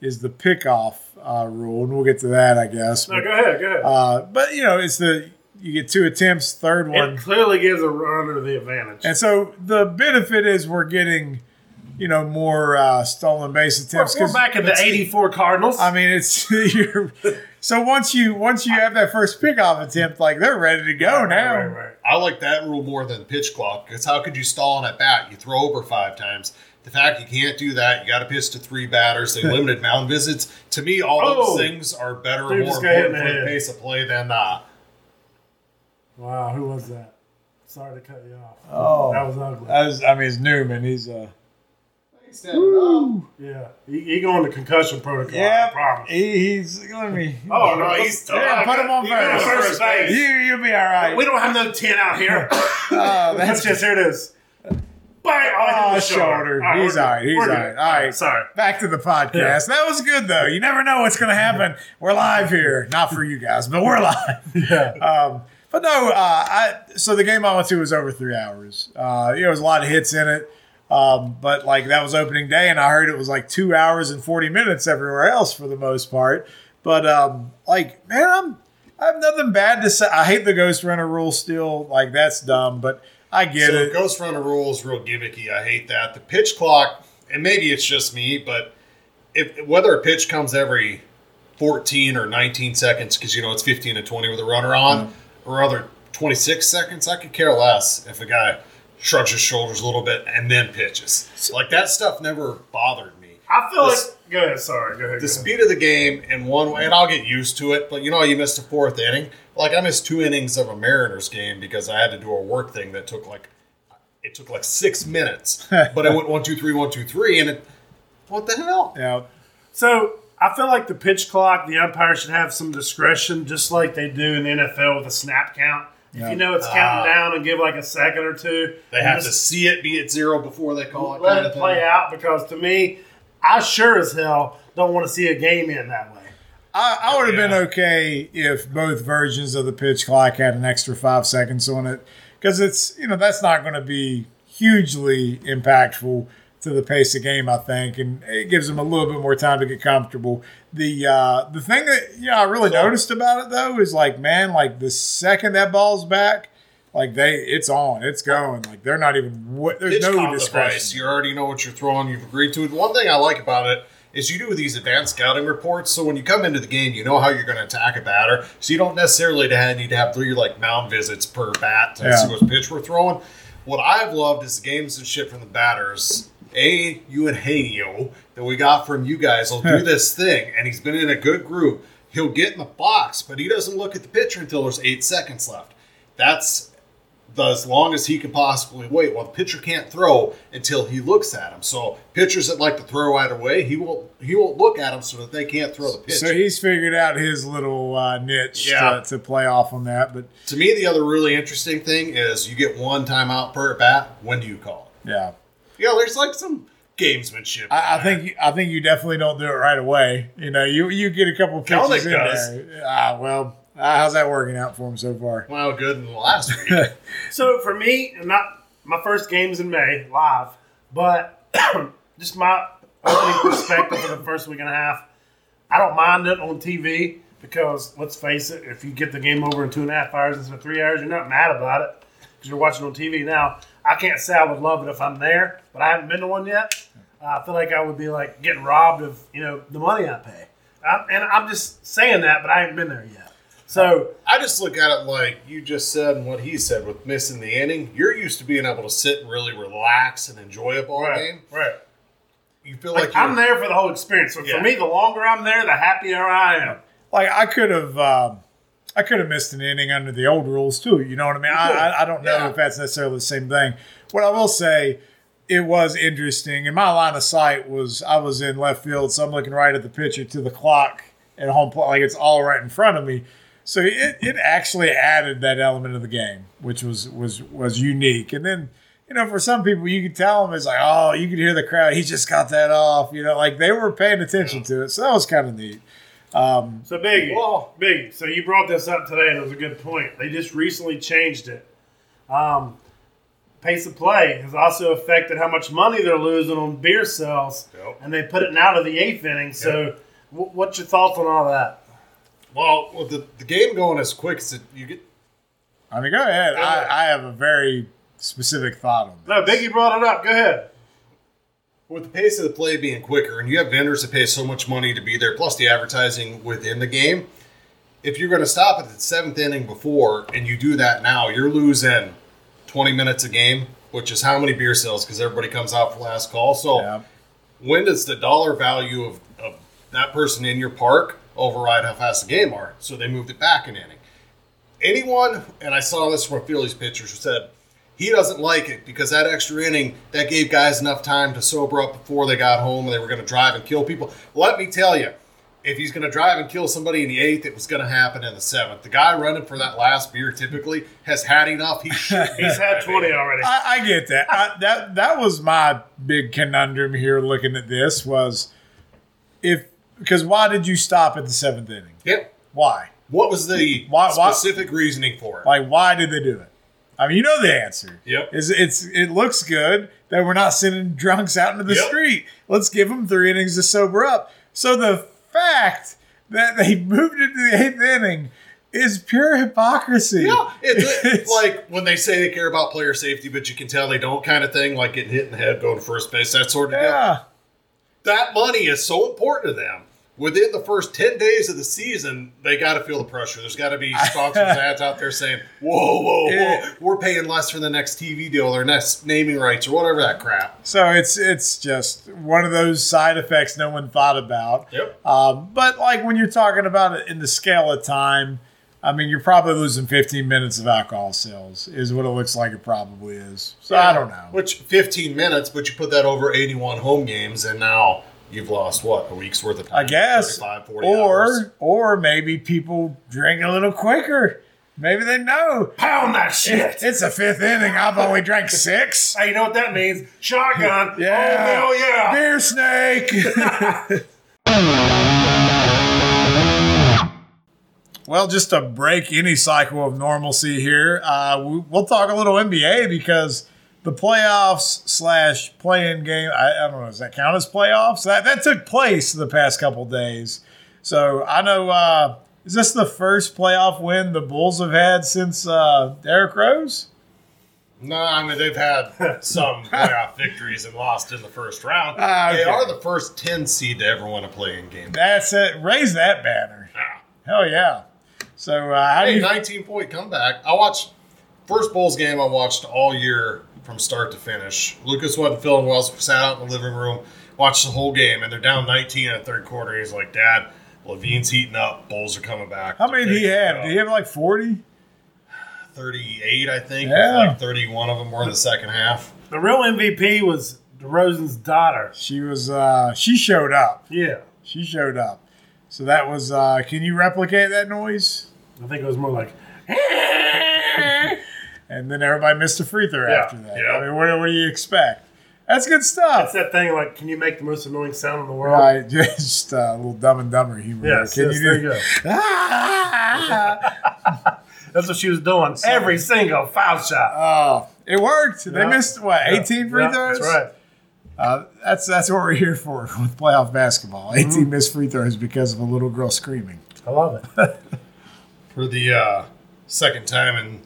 S1: is the pickoff uh, rule, and we'll get to that, I guess.
S2: No,
S1: But,
S2: go ahead, go ahead.
S1: uh, but you know, it's the you get two attempts, third one,
S2: it clearly gives a runner the advantage.
S1: and so the benefit is we're getting you know more uh, stolen base
S2: We're,
S1: attempts.
S2: we're
S1: 'cause
S2: back at the
S1: it's-
S2: '84 Cardinals.
S1: I mean, it's (laughs) you're, so once you once you have that first pickoff attempt, like they're ready to go now.
S2: Right, right.
S3: I like that rule more than pitch clock because how could you stall an at bat? You throw over five times. The fact you can't do that, you got to pitch to three
S1: (laughs)
S3: batters. They limited mound visits. To me, all
S2: Oh.
S3: those things are better
S2: Dude,
S3: and more
S2: just got hit in the
S3: important for
S2: head.
S3: the pace of play than that.
S2: Wow, who was that? Sorry to cut you off.
S1: Oh,
S2: That was ugly.
S1: That was- I mean, it's Newman. He's uh,
S2: yeah, he, he going to concussion protocol. I
S1: yeah,
S2: promise.
S1: he, he's. Let me.
S2: Oh no, he's
S1: Yeah, put him on
S2: He's going to
S1: first.
S2: first
S1: you
S2: base.
S1: you'll be all right.
S2: We don't have no ten out here.
S1: Oh, (coughs)
S2: That's
S1: that's
S2: just here it is. Bang! Oh,
S1: Oh,
S2: hit the
S1: shoulder. He's
S2: we're
S1: all right.
S2: good.
S1: He's
S2: We're
S1: all
S2: good.
S1: right. All right.
S2: Sorry.
S1: back to the podcast. That was good though. You never know what's going to happen. We're live here, not for you guys, but we're live.
S2: Yeah.
S1: Um, but no, uh, I so the game I went to was over three hours. Uh, you know, it was a lot of hits in it, um, but like that was opening day, and I heard it was like two hours and forty minutes everywhere else for the most part. But um, like, man, I'm I have nothing bad to say. I hate the Ghost Runner rule still. Like that's dumb, but I get
S3: so
S1: it.
S3: Ghost Runner rule is real gimmicky. I hate that. The pitch clock, and maybe it's just me, but if whether a pitch comes every 14 or 19 seconds, because you know it's 15 and 20 with a runner on,
S1: Mm-hmm.
S3: or other 26 seconds, I could care less if a guy shrugs his shoulders a little bit and then pitches. Like that stuff never bothered me.
S2: I feel
S3: This-
S2: like. Go ahead. Sorry. Go ahead. go
S3: The
S2: ahead.
S3: speed of the game in one way, and I'll get used to it, but you know, you missed a fourth inning. Like, I missed two innings of a Mariners game because I had to do a work thing that took like, it took like
S2: (laughs)
S3: six minutes. but I went one, two, three, one, two, three, and it, what the hell?
S1: Yeah.
S2: So I feel like the pitch clock, the umpire should have some discretion, just like they do in the NFL with a snap count. If
S1: Yeah.
S2: you know it's
S3: Ah.
S2: counting down and give like a second or two,
S3: They
S2: and
S3: have
S2: just
S3: to see it be at zero before they (laughs) call it.
S2: let
S3: kind
S2: it
S3: of thing.
S2: play out because to me, I sure as hell don't want to see a game end that way.
S1: I, I would have
S3: Yeah.
S1: been okay if both versions of the pitch clock had an extra five seconds on it because it's you know that's not going to be hugely impactful to the pace of game I think and it gives them a little bit more time to get comfortable. The uh, the thing that you know I really noticed about it though is like man like the second that ball's back like they it's on it's going like they're not even what there's
S3: pitch
S1: no
S3: no
S1: discretion.
S3: device. You already know what you're throwing. You've agreed to it. One thing I like about it is you do these advanced scouting reports. So when you come into the game, you know how you're going to attack a batter. So you don't necessarily to have- need to have three like mound visits per bat to
S1: Yeah.
S3: see what pitch we're throwing. What I've loved is the gamesmanship from the batters. A you and Hanio that we got from you guys will do this thing, and he's been in a good group. He'll get in the box, but he doesn't look at the pitcher until there's eight seconds left. That's the, as long as he can possibly wait. Well, the pitcher can't throw until he looks at him. So pitchers that like to throw right away, he won't he won't look at him so that they can't throw the pitch.
S1: So he's figured out his little uh, niche
S3: Yeah.
S1: to, to play off on that, but
S3: to me, the other really interesting thing is you get one timeout per at bat. When do you call?
S1: yeah.
S3: it? Yeah, there's like some gamesmanship.
S1: I, I
S3: in
S1: think I think you definitely don't do it right away. You know, you you get a couple of
S3: Kelnick
S1: pitches in
S3: does.
S1: there. Ah, well, ah, how's that working out for him so far?
S3: there. wow, good in last
S1: (laughs)
S3: week.
S2: So for me, and not my first game's in May live, but (clears throat) just my opening perspective for the first week and a half. I don't mind it on TV because let's face it, if you get the game over in two and a half hours instead of three hours, you're not mad about it because you're watching on TV now. I can't say I would love it if I'm there, but I haven't been to one yet. Uh, I feel like I would be like getting robbed of you know the money I pay, i and I'm just saying that, but I haven't been there yet. So
S3: I just look at it like you just said and what he said with missing the inning. You're used to being able to sit and really relax and enjoy a ball game.
S2: right.
S3: You feel like,
S2: Like,
S3: you're
S2: I'm there for the whole experience. So
S3: Yeah.
S2: for me, the longer I'm there, the happier I am.
S1: Like I could have, um, I could have missed an inning under the old rules too. You know what I mean? I,
S3: could.
S1: I, I don't know
S3: Yeah.
S1: if that's necessarily the same thing. What I will say, it was interesting. And my line of sight was I was in left field, so I'm looking right at the pitcher to the clock at home plate, like it's all right in front of me. So it, it actually added that element of the game, which was was was unique. And then you know, for some people, you could tell them it's like, oh, you could hear the crowd. He just got that off. You know, like they were paying attention to it, so that was kind of neat.
S2: So Biggie,
S3: Well-
S2: Biggie. So you brought this up today, and it was a good point. They just recently changed it. Um, pace of play has also affected how much money they're losing on beer sales,
S3: Yep.
S2: and they put it now to the eighth inning. So, wh- what's your thoughts on all that?
S3: Well, with the, the game going as quick as it, you get.
S1: I mean, go ahead. I, I have a very specific thought on that.
S2: No, Biggie brought it up. Go ahead.
S3: With the pace of the play being quicker, and you have vendors that pay so much money to be there, plus the advertising within the game, if you're going to stop at the seventh inning before and you do that now, you're losing 20 minutes a game, which is how many beer sales because everybody comes out for last call. So
S1: Yeah.
S3: when does the dollar value of, of that person in your park override how fast the game are? So they moved it back an inning. Anyone, and I saw this from a Phillies pitcher who said he doesn't like it because that extra inning that gave guys enough time to sober up before they got home and they were going to drive and kill people. Let me tell you, if he's going to drive and kill somebody in the eighth, it was going to happen in the seventh. The guy running for that last beer typically has had enough. He should
S1: (laughs)
S2: He's had twenty already.
S1: I, I get that. I, that that was my big conundrum here. Looking at this was if because why did you stop at the seventh inning?
S3: Yep.
S1: Why?
S3: What was the
S1: Why- why-
S3: specific reasoning for it?
S1: Like why did they do it? I mean, you know the answer.
S3: Yep.
S1: Is it's it looks good that we're not sending drunks out into the
S3: Yep.
S1: street. Let's give them three innings to sober up. So the fact that they (laughs) moved it to the eighth inning is pure hypocrisy.
S3: Yeah, it's,
S1: It's- (laughs)
S3: it's like when they say they care about player safety, but you can tell they don't, kind of thing, like getting hit in the head, going to first base, that sort of deal.
S1: yeah.
S3: That money is so important to them. Within the first 10 days of the season, they got to feel the pressure. There's got
S1: (laughs)
S3: to be sponsors ads out there saying, whoa, whoa, whoa,
S1: Yeah.
S3: we're paying less for the next TV deal or next naming rights or whatever that crap.
S1: So it's it's just one of those side effects no one thought about.
S3: Yep.
S1: Um, but like when you're talking about it in the scale of time, I mean you're probably losing 15 minutes of alcohol sales is what it looks like it probably is. So I don't know.
S3: Which 15 minutes, but you put that over 81 home games, and now you've lost, what, a week's worth of time?
S1: I guess
S3: 35, 40
S1: or
S3: hours.
S1: or maybe people drink a little quicker. Maybe they know
S2: Pound that shit.
S1: it's a fifth inning. I've only drank six.
S2: Hey, you know what that means? Shotgun.
S1: Yeah.
S2: Oh hell (laughs) yeah.
S1: Beer snake. (laughs) well, just to break any cycle of normalcy here, uh, we, we'll talk a little NBA because the playoffs slash play-in game. I, I don't know. Does that count as playoffs? That that took place the past couple days. So I know. Uh, is this the first playoff win the Bulls have had since uh, Derrick Rose?
S3: No, I mean
S1: (laughs)
S3: they've had some playoff victories and lost in the first round.
S1: Ah,
S3: They
S1: okay.
S3: are the first ten seed to ever win a play-in game.
S1: That's it. Raise that banner. Hell yeah. So uh, how do
S3: Hey,
S1: you?
S3: nineteen point comeback. I watched first Bulls game I watched all year from start to finish. Lucas wasn't feeling well, so we sat out in the living room, watched the whole game, and they're down nineteen in the third quarter. He's like, "Dad, Levine's heating up. Bulls are coming back."
S1: How many did he have?
S3: They're
S1: Did
S3: taking
S1: he
S3: it up.
S1: have like 40?
S3: Thirty-eight, I think.
S1: Yeah.
S3: Like thirty-one of them were in the second half.
S2: The real MVP was DeRozan's daughter.
S1: She was, uh, she showed up.
S2: Yeah.
S1: She showed up. So that was, uh, can you replicate that noise?
S2: I think it was more like (laughs)
S1: And then everybody missed a free throw
S2: Yeah,
S1: after that.
S3: yeah.
S1: I mean, what, what do you expect? That's good stuff.
S2: that's that thing like, can you make the most annoying sound in the world?
S1: Right, (laughs) just uh, a little dumb and dumber humor. there.
S2: Yes,
S1: Can
S2: yes,
S1: you
S2: there
S1: do-
S2: you go.
S1: Ah!
S2: (laughs) That's what she was doing. Every single foul shot.
S1: (laughs) Oh, it worked. They
S2: Yeah.
S1: missed what
S2: Yeah.
S1: 18 free
S2: Yeah,
S1: throws.
S2: That's right.
S1: Uh, that's that's what we're here for (laughs) with playoff basketball. 18
S2: Mm-hmm.
S1: missed free throws because of a little girl screaming.
S2: I love
S1: (laughs)
S2: it.
S3: for the uh, second time in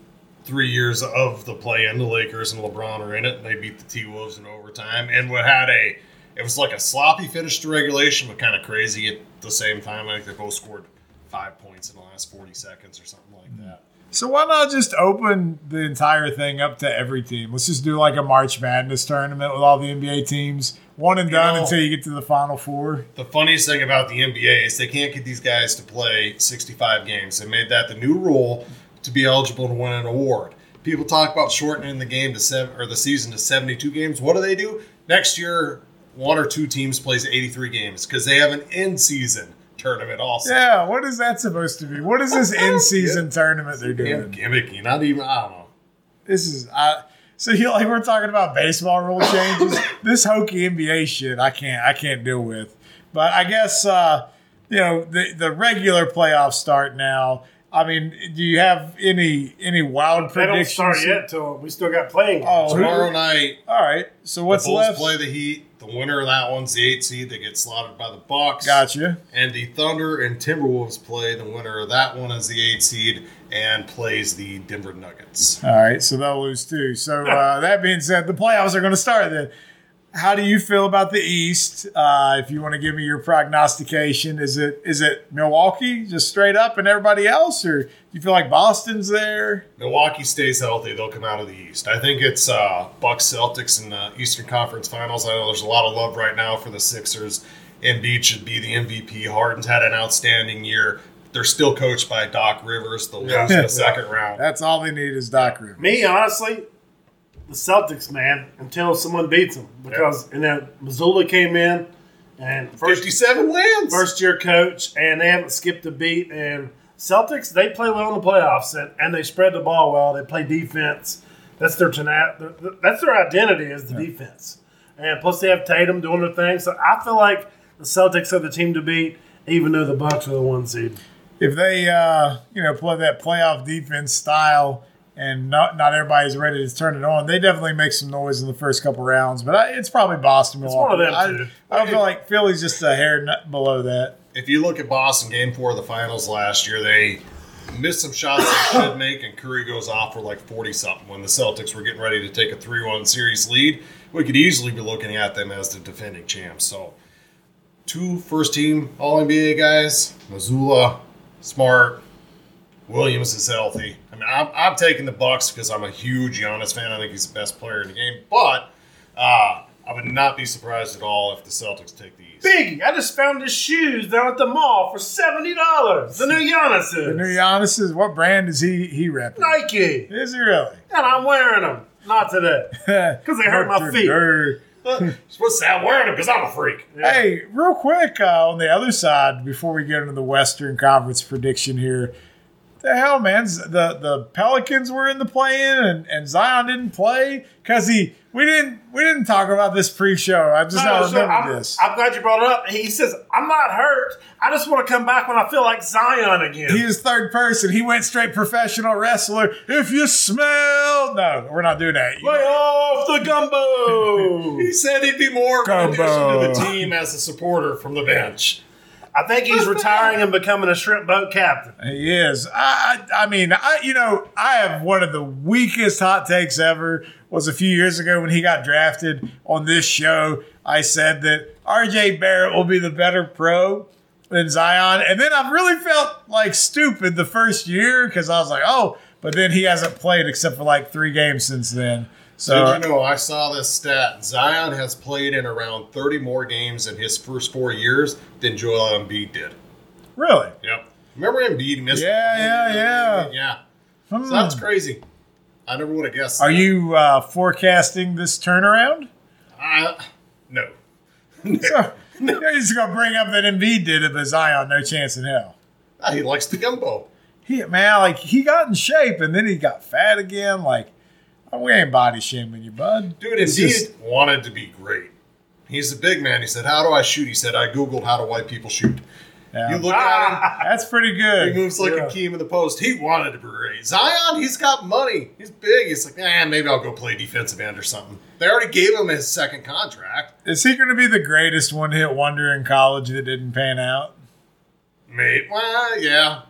S3: three years of the play in the Lakers and LeBron are in it and they beat the T Wolves in overtime and we had a it was like a sloppy finish to regulation but kind of crazy at the same time. I think they both scored five points in the last forty seconds or something like that.
S1: So why not just open the entire thing up to every team? Let's just do like a March Madness tournament with all the NBA teams, one and done
S3: know-
S1: until you get to the Final Four.
S3: The funniest thing about the NBA is they can't get these guys to play 65 games. They made that the new rule to be eligible to win an award. People talk about shortening the game to seven or the season to 72 games. What do they do? Next year, one or two teams plays 83 games because they have an in-season tournament also.
S1: Yeah, what is that supposed to be? What is this in-season tournament they're
S3: Damn
S1: doing?
S3: gimmicky. Not even I don't know.
S1: This is I. So you like we're talking about baseball rule changes. this hokey NBA shit, I can't I can't deal with. But I guess uh, you know the the regular playoffs start now. I mean, do you have any any wild
S2: They don't
S1: predictions?
S2: start yet till we still got playing.
S1: Oh,
S3: Tomorrow night,
S1: All right. So
S3: the
S1: what's
S3: Bulls
S1: left?
S3: play the Heat. The winner of that one's the eight seed. They get slaughtered by the Bucks.
S1: Gotcha.
S3: And the Thunder and Timberwolves play. The winner of that one is the eight seed and plays the Denver Nuggets.
S1: All right. So they'll lose too. So
S2: (laughs)
S1: uh, that being said, the playoffs are going to start then. How do you feel about the East? Uh, if you want to give me your prognostication, is it is it Milwaukee just straight up and everybody else, or do you feel like Boston's there?
S3: Milwaukee stays healthy. They'll come out of the East. I think it's uh, Bucks Celtics in the Eastern Conference Finals. I know there's a lot of love right now for the Sixers. Embiid should be the MVP. Harden's had an outstanding year. They're still coached by Doc Rivers. They'll lose in the second round.
S1: That's all they need is Doc Rivers.
S2: Me, honestly, the Celtics, man, until someone beats them. Because, and then Missoula came in and first,
S3: 57 wins.
S2: first year coach, and they haven't skipped a beat. And Celtics, they play well in the playoffs and, and they spread the ball well. They play defense. That's their tonight. That's their identity is the defense. And plus, they have Tatum doing their thing. So I feel like the Celtics are the team to beat, even though the Bucks are the one seed.
S1: if they uh, you know play that playoff defense style and not not everybody's ready to turn it on, they definitely make some noise in the first couple rounds. But I, it's probably Boston.
S2: one of
S1: Milwaukee.
S2: them two.
S1: I, I don't feel like Philly's just a hair nut below that.
S3: if you look at Boston game four of the finals last year, they missed some shots they should make, and Curry goes off for like 40 something when the Celtics were getting ready to take a 3 1 series lead. We could easily be looking at them as the defending champs. So, two first team All NBA guys Missoula, Smart, Williams is healthy. I mean, I'm, I'm taking the Bucks because I'm a huge Giannis fan. I think he's the best player in the game, but uh, I would not be surprised at all if the Celtics take the East.
S2: Biggie, I just found his shoes down at the mall for seventy dollars. The new Giannis is.
S1: The new Giannis is what brand is he he repping?
S2: Nike,
S1: Is he really? (laughs)
S2: and I'm wearing them. Not today.
S1: Because
S2: they hurt my feet.
S3: (laughs) supposed to say I'm wearing them because I'm a freak.
S1: Hey, real quick uh, on the other side before we get into the Western Conference prediction here. The hell, man! Z- The the Pelicans were in the play-in, and, and Zion didn't play because he we didn't we didn't talk about this pre-show. I just now
S2: No, so
S1: remember
S2: I'm,
S1: this.
S2: I'm glad you brought it up. He says I'm not hurt. I just want to come back when I feel like Zion again.
S1: he was third person. He went straight professional wrestler. If you smell, no, we're not doing that. You-
S2: Lay off the (laughs) gumbo.
S3: He said he'd be more of an
S1: Gumbo.
S3: addition to the (laughs) team as a supporter from the bench.
S2: I think he's retiring and becoming a shrimp boat captain.
S1: He is. I, I I mean, I you know, I have one of the weakest hot takes ever. Was a few years ago when he got drafted on this show. I said that RJ Barrett will be the better pro than Zion, and then I really felt like stupid the first year because I was like, oh, but then he hasn't played except for like three games since then. So
S3: Did you know I saw this stat? Zion has played in around 30 more games in his first four years than Joel Embiid did.
S1: really,
S3: Yep. Remember Embiid missed?
S1: Yeah, yeah, yeah.
S3: yeah.
S1: Hmm.
S3: So that's crazy. I never would have guessed.
S1: are
S3: that.
S1: you uh, forecasting this turnaround?
S3: I, no.
S1: So, you're just gonna bring up that Embiid did it, but Zion, no chance in hell.
S3: Ah, He likes the gumbo.
S1: he man, like he got in shape and then he got fat again. Like oh, we ain't body shaming you, bud.
S3: Dude,
S1: It's
S3: Embiid
S1: just-
S3: wanted to be great. He's a big man. He said, "How do I shoot?" He said, "I googled how do white people shoot."
S1: Yeah.
S3: You look at him.
S1: that's pretty
S3: He
S1: good.
S3: moves like
S2: Yeah.
S3: a Akeem in the post. He wanted to be great. Zion, he's got money. He's big. He's like, eh, maybe I'll go play defensive end or something. They already gave him his second contract.
S1: Is he going to be the greatest one-hit wonder in college that didn't pan out?
S3: Mate, well, yeah.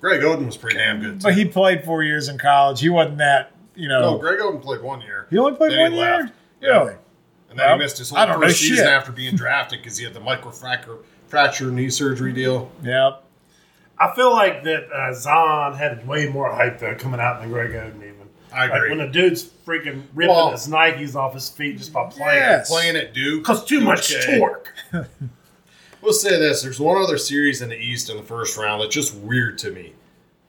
S3: Greg Oden was pretty damn good. Too.
S1: But he played four years in college. He wasn't that, you know.
S3: no, Greg Oden played one year.
S1: he only played
S3: Oh, Then he
S1: one year.
S3: left.
S1: Really?
S3: And then
S1: Well,
S3: he missed his
S1: I
S3: whole
S1: don't
S3: first
S1: know shit.
S3: season after being drafted because he had the microfracture fracture knee surgery deal.
S1: Yep.
S2: I feel like that uh, Zion had way more hype though coming out than Greg Oden even.
S3: I
S2: Like
S3: agree.
S2: when the dude's freaking ripping
S3: Well-
S2: his Nikes off his feet just by playing.
S1: Yes.
S3: Playing at Duke.
S2: Cause too much
S3: Okay.
S2: torque.
S3: We'll say this: there's one other series in the East in the first round that's just weird to me.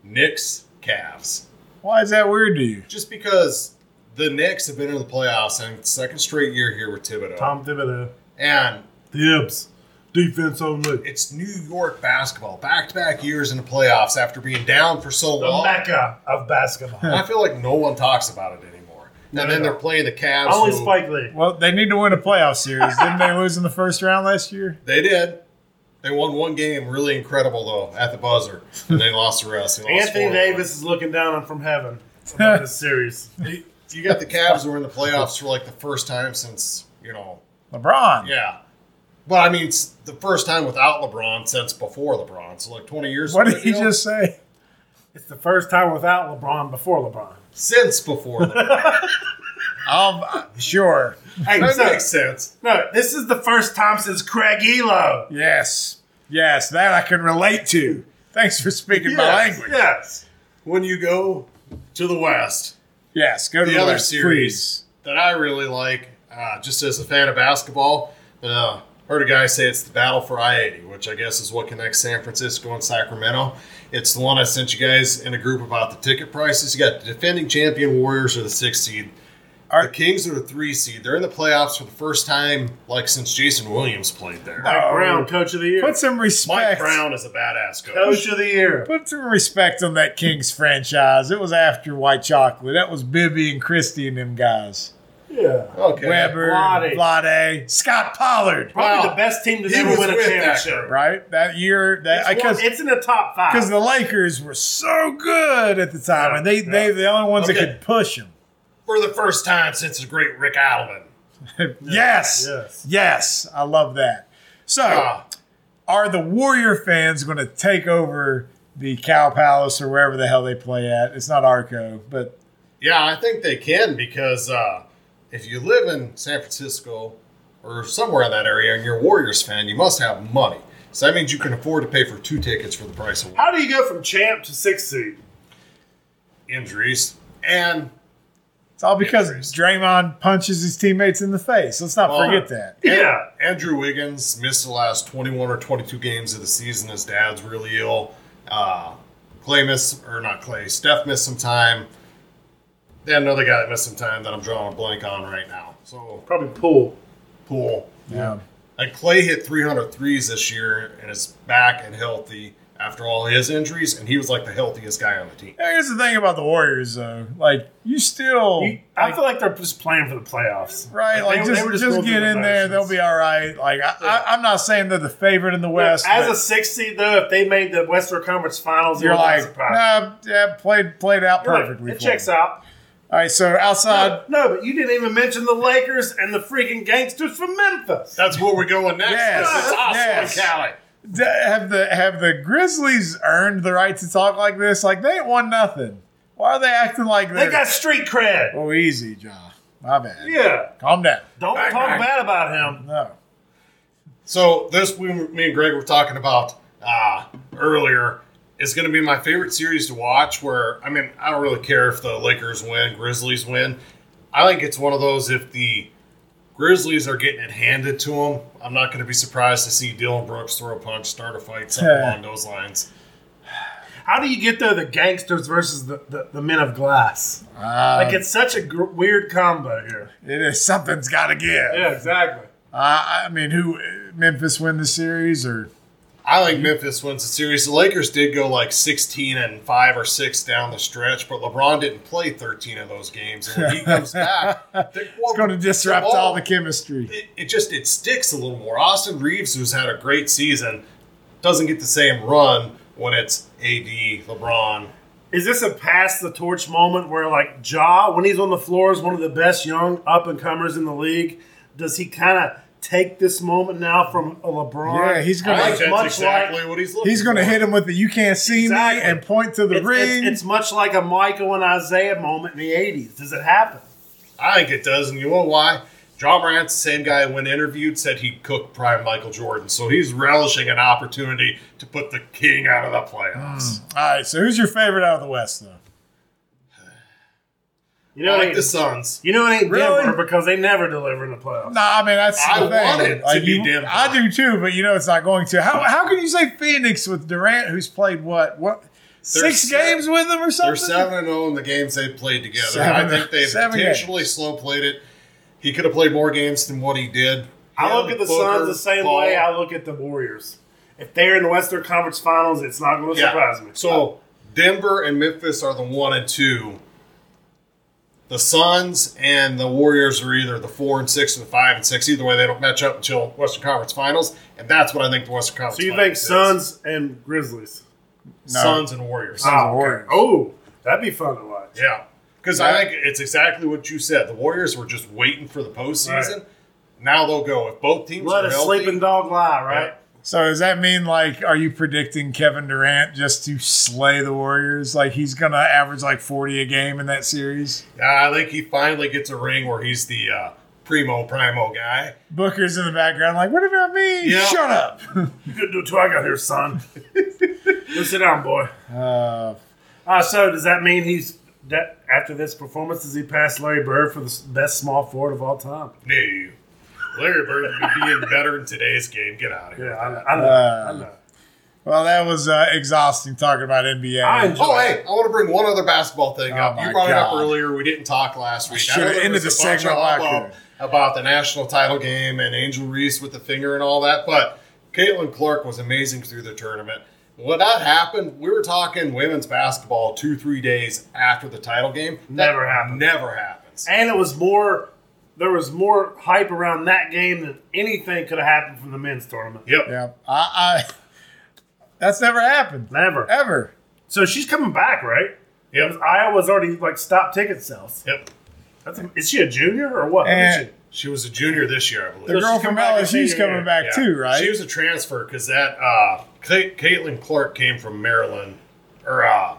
S3: Knicks, Cavs.
S1: Why is that weird to you?
S3: Just because the Knicks have been in the playoffs and it's second straight year here with Thibodeau,
S2: Tom Thibodeau.
S3: and
S2: Dibs. Defense only.
S3: it's New York basketball, back-to-back years in the playoffs after being down for so
S2: The
S3: long.
S2: mecca of
S3: And (laughs)
S2: basketball.
S3: I feel like no one talks about it anymore. and then
S2: no.
S3: they're playing the Cavs.
S2: only
S3: who-
S2: Spike Lee.
S1: Well, they need to win a playoff series. didn't they lose in the first round last year?
S3: They did. They won one game, really incredible though, at the buzzer, and they lost the rest. They lost
S2: Anthony
S3: 4-1.
S2: Davis is looking down from heaven about this
S3: (laughs)
S2: series.
S3: You, you got the Cavs who were in the playoffs for like the first time since you know,
S1: LeBron.
S3: yeah. But I mean, it's the first time without LeBron since before LeBron, so like twenty years.
S1: What
S3: ago,
S1: did he
S3: you know?
S1: just say?
S2: It's the first time without LeBron before LeBron.
S3: since before? (laughs) LeBron.
S1: Um, uh, sure.
S2: Hey,
S3: that
S2: so-
S3: makes sense.
S2: no, this is the first time since Craig Elo.
S1: Yes. Yes, that I can relate to. Thanks for speaking my
S3: Yes.
S1: language.
S2: Yes.
S3: When you go to the West,
S1: Yes, go to
S3: the
S1: the
S3: other
S1: list,
S3: series that I really like, uh, just as a fan of basketball, uh, heard a guy say it's the battle for I 80, which I guess is what connects San Francisco and Sacramento. It's the one I sent you guys in a group about the ticket prices. You got the defending champion Warriors are the six seed.
S1: Are-
S3: the Kings are the three seed. They're in the playoffs for the first time, like since Jason Williams played there.
S1: No.
S2: Mike
S1: Oh.
S2: Brown, coach of the year.
S1: please. Put some
S3: Mike
S1: respect.
S3: Brown is a badass coach.
S2: coach of the year.
S1: Put some respect on that Kings franchise. It was after White Chocolate. That was Bibby and Christie and them guys.
S2: Yeah.
S3: Okay.
S1: Weber,
S2: Vlade.
S1: Vlade, Scott Pollard.
S2: Probably the
S3: Wow.
S2: best team to
S3: He
S2: never
S3: was
S2: win a
S3: with that
S2: championship.
S3: group.
S1: Right that year, that
S2: It's, one-
S1: because
S2: it's in the top five.
S1: because the Lakers were so good at the time, and they
S2: Yeah.
S1: they the only ones that
S3: Okay.
S1: could push them.
S3: For the first time since the great Rick Alvin.
S1: Yes.
S2: yes.
S1: yes, I love that. So,
S3: Ah,
S1: are the Warrior fans going to take over the Cow Palace or wherever the hell they play at? It's not Arco, but
S3: (coughs) Yeah, I think they can because uh, if you live in San Francisco or somewhere in that area and you're a Warriors fan, you must have money. So that means you can afford to pay for two tickets for the price of one.
S2: How do you go from champ to sixth seed?
S3: Injuries. And
S1: it's all because
S3: Injuries.
S1: Draymond punches his teammates in the face. Let's not
S3: Well,
S1: forget that.
S2: Yeah.
S3: Andrew Wiggins missed the last 21 or 22 games of the season. His dad's really ill. Uh, Clay missed, or not Clay, Steph missed some time. They had another guy that missed some time that I'm drawing a blank on right now. So,
S2: Probably pool.
S3: pool.
S1: Yeah.
S3: Like Clay hit 300 threes this year and is back and healthy after all his injuries, and he was like the healthiest guy on the team.
S1: Here's the thing about the Warriors, though. Like you still,
S2: You- I feel like they're just playing for the playoffs.
S1: Right,
S2: They
S1: like
S2: were- they
S1: just,
S2: were
S1: just,
S2: going through
S1: get
S2: the
S1: in there, they'll
S2: motions.
S1: be all right. Like I, I, I'm not saying they're the favorite in the West.
S2: As a
S1: but
S2: sixth seed, though, if they made the Western Conference Finals, it
S1: you're
S2: would not
S1: like,
S2: surprise
S1: nah, yeah, played played out
S2: me. You're right.
S1: perfectly. Uh,
S2: It checks out.
S1: All right, so outside,
S2: no, but you didn't even mention the Lakers and the freaking gangsters from Memphis.
S3: That's where we're going
S2: (laughs)
S3: next.
S1: Yes,
S3: This is awesome,
S1: yes.
S3: Cali.
S1: d- have the have the Grizzlies earned the right to talk like this? Like they ain't won nothing. Why are they acting like
S2: They
S1: this?
S2: got street cred.
S1: oh, easy, John. My bad.
S2: Yeah.
S1: Calm down.
S2: Don't
S3: Bang,
S2: talk
S3: bang.
S2: bad about him.
S1: No.
S3: So this we, me and Greg were talking about uh, earlier is going to be my favorite series to watch. Where I mean, I don't really care if the Lakers win, Grizzlies win. I think it's one of those if the Grizzlies are getting it handed to them, I'm not going to be surprised to see Dylan Brooks throw a punch, start a fight, something along those lines.
S2: How do you get there the gangsters versus the, the, the men of glass?
S1: Uh,
S2: Like, it's such a gr- weird combo here.
S1: it is something's got to give.
S2: exactly.
S1: Uh, I mean, who Memphis win the series or?
S3: I think Memphis wins the series. The Lakers did go like 16 and 5 or 6 down the stretch, but LeBron didn't play 13 of those games. And when he comes
S1: (laughs)
S3: back, they're
S1: It's going to disrupt all the chemistry.
S3: It, it just it sticks a little more. Austin Reeves, who's had a great season, doesn't get the same run when it's AD, LeBron.
S2: Is this a pass the torch moment where, like, Ja, when he's on the floor, is one of the best young up and comers in the league? Does he kind of take this moment now from a LeBron?
S1: Yeah, he's gonna-
S3: I
S2: Like,
S3: think that's
S2: much
S3: exactly
S2: like
S3: what he's looking.
S1: He's going to
S3: for.
S1: hit him with the "You can't see
S2: Exactly.
S1: me" and point to the
S2: it's,
S1: ring.
S2: it's, it's much like a Michael and Isaiah moment in the '80s. Does it happen?
S3: I think it does, and you know why? John Morant's the same guy when interviewed said he cooked prime Michael Jordan, so he's relishing an opportunity to put the king out of the playoffs.
S1: All right, so who's your favorite out of the West, though?
S2: You know,
S3: I
S2: it
S3: like
S2: ain't-
S3: the Suns.
S2: you know it ain't
S1: Really?
S2: Denver because they never deliver in the playoffs.
S1: No, I mean that's
S3: I
S1: the thing.
S3: want it to
S1: Like,
S3: be
S1: you-
S3: Denver.
S1: I do too, but you know it's not going to. How how can you say Phoenix with Durant, who's played what what six
S3: se-
S1: games with them or something?
S3: They're seven and zero in the games they've played together. I
S1: Seven-
S3: think they've
S1: seven
S3: intentionally slow played it. He could have played more games than what he did.
S2: I
S3: Him,
S2: look at the
S3: Booker,
S2: Suns the same
S3: Paul.
S2: way I look at the Warriors. If they're in the Western Conference Finals, it's not going to
S3: Yeah.
S2: surprise me.
S3: So Denver and Memphis are the one and two. the Suns and the Warriors are either the four and six or the five and six. Either way, they don't match up until Western Conference Finals, and that's what I think the Western Conference.
S2: So you think
S3: Finals is.
S2: Suns and Grizzlies?
S3: Suns and Warriors?
S1: Suns and
S2: Ah, okay.
S1: Warriors.
S2: Oh, that'd be fun to watch.
S3: Yeah, because I think it's exactly what you said. The Warriors were just waiting for the postseason. Now they'll go if both teams
S2: Let
S3: are
S2: a
S3: healthy.
S2: sleeping dog lie, right?
S3: Yeah.
S1: So does that mean like, are you predicting Kevin Durant just to slay the Warriors? Like he's gonna average like forty a game in that series.
S3: Yeah, I think he finally gets a ring where he's the uh, primo primo guy.
S1: Booker's in the background, like, what about me?
S3: Yeah.
S1: Shut up. (laughs)
S2: You could do it till I got here, son. (laughs) Go sit down, boy.
S1: Uh,
S2: Uh, so does that mean he's that after this performance does he pass Larry Bird for the s- best small forward of all time?
S3: No, Larry Bird would be in better in today's game. Get out of here.
S2: Yeah, I know. I know. I, know.
S1: well, that was uh, exhausting talking about NBA.
S2: I enjoy-
S3: Oh, hey, I want to bring one other basketball thing
S1: Oh
S3: up.
S1: my
S3: You brought it up
S1: God.
S3: earlier. We didn't talk last week.
S1: should've
S3: know there
S1: ended
S3: was
S1: the
S3: a bunch
S1: segment like
S3: of hubbub
S1: that.
S3: about the national title game and Angel Reese with the finger and all that, but Caitlin Clark was amazing through the tournament. When that happened, we were talking women's basketball two, three days after the title game.
S2: Never
S3: That
S2: happened.
S3: Never happens.
S2: And it was more. There was more hype around that game than anything could have happened from the men's tournament.
S3: Yep.
S1: yeah, I, I. That's never happened
S2: Never.
S1: ever.
S2: So she's coming back, right?
S3: Yep.
S2: Iowa's already like stopped ticket sales.
S3: Yep.
S2: That's a, is she a junior or what? What is
S1: And-
S2: she?
S3: She was a junior this year, I believe.
S1: The girl from
S2: she's coming back in
S1: LSU's
S2: senior
S1: coming
S2: year.
S1: back
S3: Yeah.
S1: too, right?
S3: She was a transfer because that uh, Ca- Caitlin Clark came from Maryland, or uh,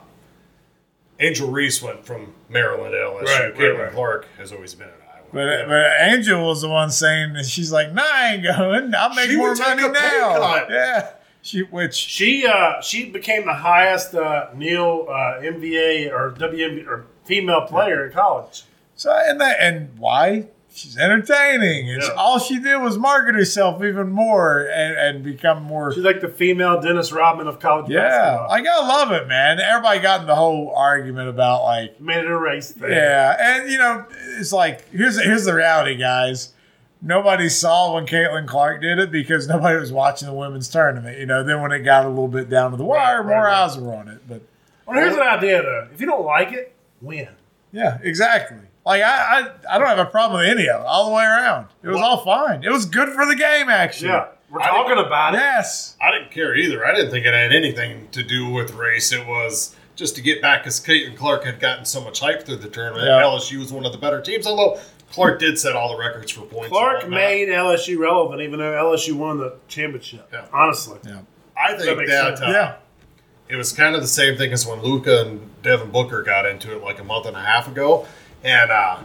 S3: Angel Reese went from Maryland to LSU.
S2: Right, right,
S3: Caitlin
S2: right.
S3: Clark has always been at Iowa.
S1: but but Angel was the one saying, and she's like, "Nah, I ain't going. I'll make
S3: She
S1: more
S3: would take
S1: money
S3: a pay
S1: now."
S3: cut.
S1: Yeah, she which
S2: She uh, she became the highest uh, Neil uh, NBA or WNBA or female player in college.
S1: So and that and why she's entertaining. It's
S2: Yeah.
S1: all she did was market herself even more and, and become more.
S2: She's like the female Dennis Rodman of college
S1: yeah,
S2: basketball.
S1: like I love it, man. Everybody got in the whole argument about like,
S2: made it a race thing.
S1: yeah, and you know, it's like here's here's the reality, guys. Nobody saw when Caitlin Clark did it because nobody was watching the women's tournament. You know, then when it got a little bit down to the wire,
S2: Right, right,
S1: more
S2: right.
S1: eyes were on it. But
S2: Well, here's an idea though. If you don't like it, win.
S1: yeah, exactly. Like I, I, I don't have a problem with any of it all the way around. It was
S3: Well-
S1: all fine. It was good for the game, actually.
S2: Yeah, we're
S3: I
S2: talking about it.
S1: Yes.
S3: I didn't care either. I didn't think it had anything to do with race. It was just to get back because Caitlin Clark had gotten so much hype through the tournament.
S1: Yeah.
S3: LSU was one of the better teams, although Clark did set all the records for points. and
S2: Clark
S3: whatnot.
S2: made LSU relevant, even though LSU won the championship.
S3: Yeah.
S2: Honestly,
S1: Yeah.
S3: I
S2: That
S3: think
S2: makes
S3: that,
S2: sense.
S3: uh,
S1: Yeah.
S3: it was kind of the same thing as when Luca and Devin Booker got into it like a month and a half ago, and uh,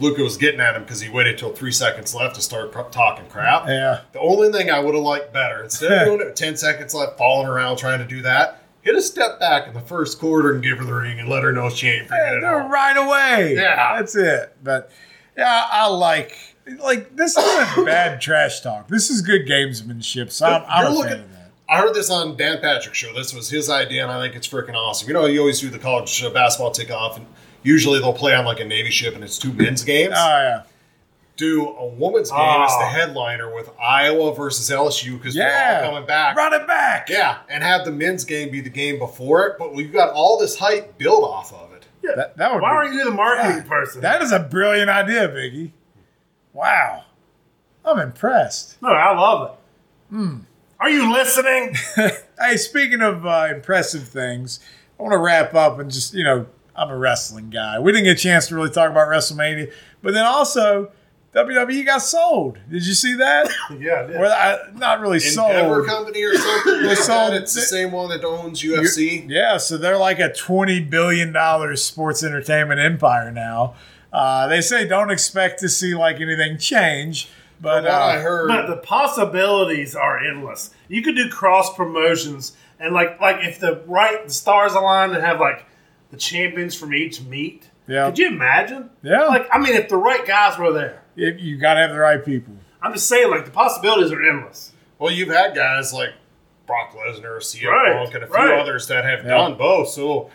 S3: Luca was getting at him because he waited till three seconds left to start cr- talking crap.
S1: Yeah.
S3: The only thing I would have liked better
S1: (laughs)
S3: instead of doing it with ten seconds left, falling around trying to do that, hit a step back in the first quarter and give her the ring and let her know she ain't
S1: Yeah,
S3: forgetting.
S1: they're
S3: Yeah,
S1: right away.
S3: Yeah.
S1: That's it. But yeah, I like like this isn't bad trash talk. This is good gamesmanship. So I'm, I'm a
S3: You're
S1: fan
S3: looking-
S1: of that.
S3: I heard this on Dan Patrick's show. This was his idea, and I think it's freaking awesome. You know, you always do the college uh, basketball takeoff, and usually they'll play on like a Navy ship, and it's two men's games.
S1: Oh yeah.
S3: do a woman's game as the
S2: Ah.
S3: headliner with Iowa versus LSU because
S1: Yeah.
S3: they're all coming back.
S1: Run it back.
S3: Yeah, and have the men's game be the game before it, but we've got all this hype built off of it.
S2: yeah.
S1: That, that would
S2: why
S1: be-
S2: aren't you the marketing
S1: Yeah.
S2: person?
S1: That is a brilliant idea, Biggie. Wow. I'm impressed.
S2: no, I love it.
S1: Hmm.
S2: Are
S1: (laughs)
S2: you listening?
S1: hey, speaking of uh, impressive things, I want to wrap up and just, you know, I'm a wrestling guy. We didn't get a chance to really talk about WrestleMania, but then also WWE got sold. Did you see
S3: (laughs)
S1: that?
S2: yeah, I did.
S1: Well, I, not really
S3: Endeavor
S1: sold.
S3: Company or something like
S1: sold-
S3: that. It's the same one that owns UFC.
S1: Yeah, so they're like a twenty billion dollars sports entertainment empire now. Uh, they say don't expect to see like anything change, but
S3: From what I
S1: uh,
S2: But
S3: heard,
S2: the possibilities are endless. You could do cross promotions and like like if the right the stars align and have like the champions from each meet.
S1: Yeah.
S2: Could you imagine?
S1: Yeah.
S2: Like I mean, if the right guys were there,
S1: if you got to have the right people.
S2: I'm just saying like the possibilities are endless.
S3: well, you've had guys like Brock Lesnar, CM
S2: Right,
S3: Punk, and a few
S2: right.
S3: others that have done both, so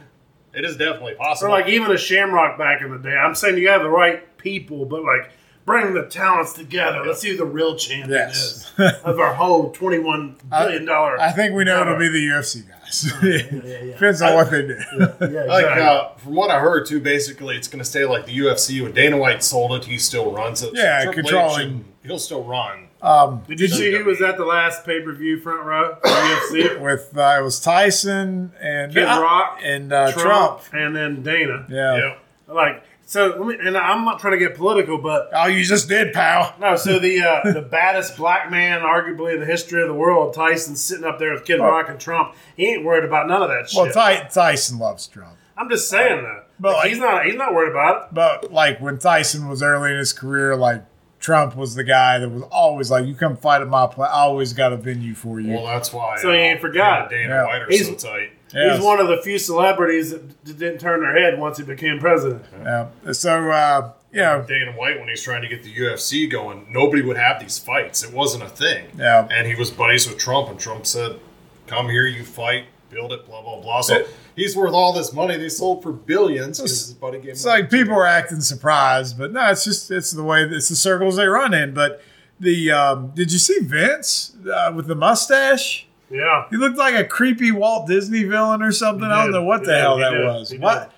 S3: it is definitely
S2: So
S3: possible.
S2: like even a Shamrock back in the day. I'm saying you have the right people, but like bring the talents together. Let's see who the real champion
S1: Yes.
S2: is of our whole twenty-one billion dollar.
S1: (laughs) I think we know it'll be the UFC guys. (laughs) Depends on what they do.
S2: yeah,
S3: Like
S2: exactly.
S3: uh, from what I heard too, basically it's going to stay like the UFC. When Dana White sold it, he still runs it.
S1: Yeah,
S3: Triple H
S1: controlling-
S3: and- he'll still run.
S1: Um,
S2: Did you see who was at the last pay per view front row? The
S1: (coughs)
S2: UFC,
S1: with uh, it was Tyson and
S2: Kid Rock,
S1: and uh, Trump.
S2: Trump, and then Dana.
S1: Yeah.
S3: Yep.
S2: Like so, let me, and I'm not trying to get political, but
S1: Oh, you just did, pal.
S2: no. So
S1: (laughs)
S2: the uh, the baddest black man, arguably in the history of the world, Tyson, sitting up there with Kid Rock and Trump. He ain't worried about none of that shit.
S1: Well, Ty- Tyson loves Trump.
S2: I'm just saying though.
S1: But,
S2: Like,
S1: like-
S2: he's not he's not worried about it.
S1: But like when Tyson was early in his career, like Trump was the guy that was always like, "You come fight at my place. I always got a venue for you."
S3: Well, that's why. uh,
S2: So he ain't forgot.
S3: Dana
S1: Yeah.
S3: White are
S2: He's-
S3: so tight.
S1: Yes.
S2: He's one of the few celebrities that d- didn't turn their head once he became president.
S1: Yeah. So uh, you know,
S3: Dana White, when he's trying to get the UFC going, nobody would have these fights. It wasn't a thing.
S1: Yeah.
S3: And he was buddies with Trump, and Trump said, "Come here, you fight, build it, blah blah blah." So he's worth all this money. They sold for billions because his buddy gave him.
S1: it's like people are acting surprised, but no, it's just it's the way it's the circles they run in. But the um, did you see Vince uh, with the mustache?
S2: Yeah.
S1: He looked like a creepy Walt Disney villain or something. I don't
S2: did.
S1: know what
S2: He
S1: the
S2: did.
S1: hell
S2: He
S1: that
S2: did.
S1: was.
S2: He
S1: What?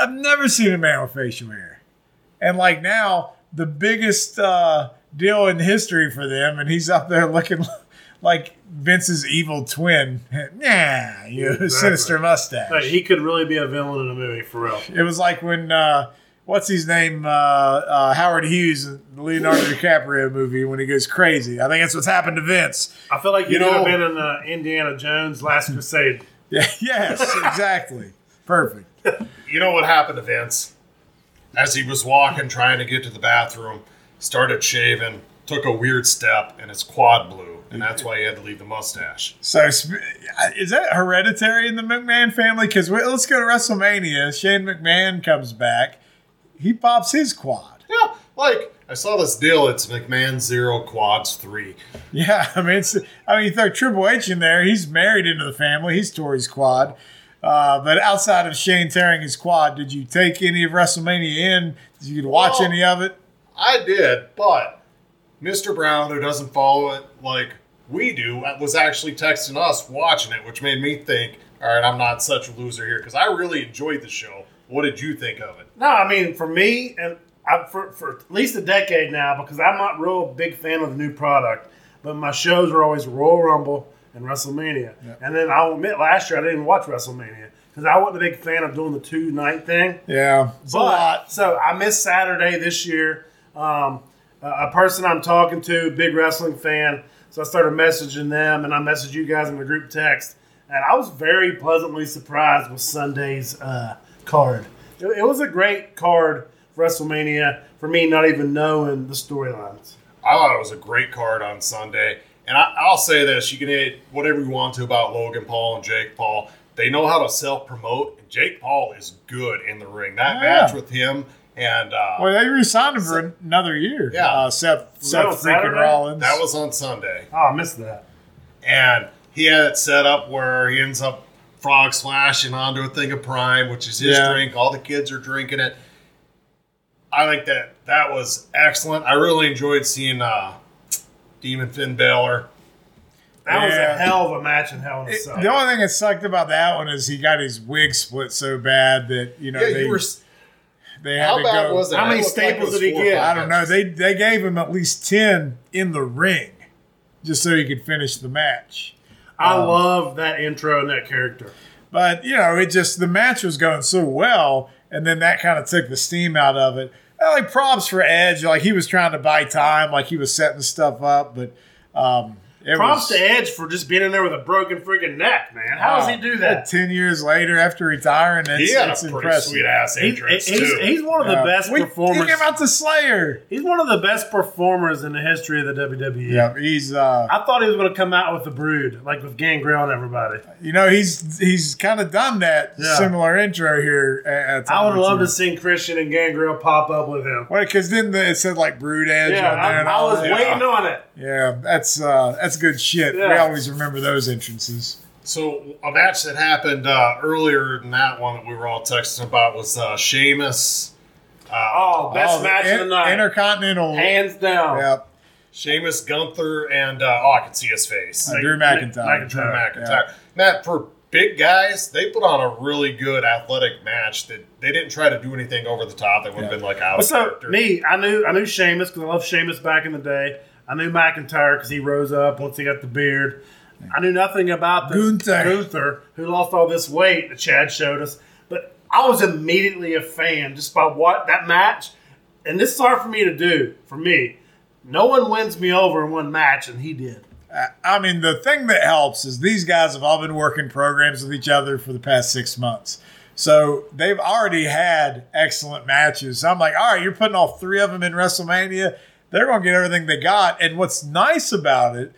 S1: I've never seen a man with facial hair. And like now, the biggest uh, deal in history for them, and he's up there looking (laughs) like Vince's evil twin. (laughs) Nah, you know,
S2: Exactly.
S1: sinister mustache.
S2: Like, he could really be a villain in a movie for real.
S1: It was like when uh, what's his name uh, uh, Howard Hughes, in the
S2: (laughs)
S1: Leonardo DiCaprio movie, when he goes crazy. I think that's what's happened to Vince. (laughs)
S2: I feel like you,
S3: You
S2: could have
S3: know-
S2: been in uh, Indiana Jones Last Crusade.
S1: Yeah, yes, exactly. Perfect.
S3: You know what happened to Vince? As he was walking, trying to get to the bathroom, started shaving, took a weird step, and his quad blew, and that's why he had to leave the mustache.
S1: So sp- is that hereditary in the McMahon family? Because let's go to WrestleMania. Shane McMahon comes back. He pops his quad. (laughs)
S3: Yeah, like I saw this deal. It's McMahon zero quads three.
S1: Yeah, I mean, it's, I mean, you throw Triple H in there. He's married into the family. He's tore his quad. Uh, but outside of Shane tearing his quad, did you take any of WrestleMania in? Did you watch
S3: Well-
S1: any of it?
S3: I did, but Mr. Brown, who doesn't follow it like we do, uh, was actually texting us watching it, which made me think, all right, I'm not such a loser here because I really enjoyed the show. What did you think of it?
S2: No, I mean for me and I, for for at least a decade now because I'm not real big fan of the new product, but my shows are always Royal Rumble and WrestleMania. And then I'll admit, last year I didn't even watch WrestleMania because I wasn't a big fan of doing the two night thing.
S1: Yeah, it's a lot.
S2: But so I missed Saturday this year. Um, a a person I'm talking to, big wrestling fan, so I started messaging them, and I messaged you guys in the group text, and I was very pleasantly surprised with Sunday's uh, card. It, it was a great card for WrestleMania for me, not even knowing the storylines.
S3: I thought it was a great card on Sunday. And I, I'll say this you can hate whatever you want to about Logan Paul and Jake Paul. They know how to self promote. and Jake Paul is good in the ring. That
S1: Yeah.
S3: match with him and uh,
S1: Well, they re-signed him for another year.
S3: Yeah.
S1: uh, Seth, Seth
S2: on
S1: freaking
S2: Saturday?
S1: Rollins.
S3: that was on Sunday.
S2: Oh, I missed that.
S3: and he had it set up where he ends up frog splashing onto a thing of prime, which is his
S1: Yeah.
S3: drink. All the kids are drinking it. I think that that was excellent. I really enjoyed seeing uh, Demon Finn Balor.
S2: That was a
S1: Yeah.
S2: hell of a match in Hell in a
S1: It-
S2: Cell.
S1: the only thing that sucked about that one is he got his wig split so bad that you know
S3: Yeah,
S1: they,
S3: you were.
S1: they had
S3: How
S1: to
S3: bad
S1: go.
S3: was it?
S2: How many
S3: It looked like it
S2: staples
S3: was
S2: did he
S3: four or
S2: get?
S3: five
S1: I don't know.
S3: minutes.
S1: They they gave him at least ten in the ring, just so he could finish the match.
S2: I love that intro and that character.
S1: But you know, Um, it just the match was going so well, and then that kind of took the steam out of it. I like props for Edge, like he was trying to buy time, like he was setting stuff up, but um, it
S2: Props
S1: was,
S2: to Edge for just being in there with a broken freaking neck, man. How does he do that?
S1: Ten years later, after retiring, it's,
S3: He had
S1: it's
S3: a pretty
S1: impressive.
S3: sweet ass
S2: He's,
S3: entrance
S2: he's,
S3: too.
S2: he's one of the
S1: Yeah.
S2: best
S1: We- He
S2: performers.
S1: came out the Slayer.
S2: he's one of the best performers in the history of the WWE.
S1: Yeah, he's uh,
S2: I thought he was going to come out with the Brood, like with Gangrel and everybody.
S1: you know he's he's kind of done that
S2: Yeah.
S1: similar intro here. At, at
S2: I would have loved
S1: to
S2: to see Christian and Gangrel pop up with him.
S1: Well, because then the, it said like brood edge
S2: Yeah,
S1: on there.
S2: I,
S1: and
S2: I
S1: all
S2: was
S1: that.
S2: waiting on it.
S1: Yeah, that's uh, that's good shit. We
S2: Yeah.
S1: always remember those entrances.
S3: So a match that happened uh, earlier than that one that we were all texting about was uh, Sheamus
S2: Oh, best
S1: Oh,
S2: match
S1: in-
S2: of the night,
S1: Intercontinental.
S2: hands down.
S1: Yep.
S3: Sheamus, Gunther, and uh, oh, I can see his face.
S1: Uh,
S3: They-
S1: Drew
S3: they-
S1: McIntyre.
S3: Drew
S1: Yeah.
S3: McIntyre. Now, for big guys, they put on a really good athletic match. That they didn't try to do anything over the top. That would have
S1: Yeah.
S3: been like out of
S2: What's up?
S3: character.
S2: Me, I knew I knew Sheamus because I loved Sheamus back in the day. I knew McIntyre because he rose up once he got the beard. I knew nothing about the
S1: Gunther.
S2: Gunther, who lost all this weight that Chad showed us. But I was immediately a fan just by what that match. And this is hard for me to do. For me, no one wins me over in one match, and he did.
S1: I- I mean, the thing that helps is these guys have all been working programs with each other for the past six months. So they've already had excellent matches. So I'm like, all right, you're putting all three of them in WrestleMania. They're going to get everything they got. And what's nice about it,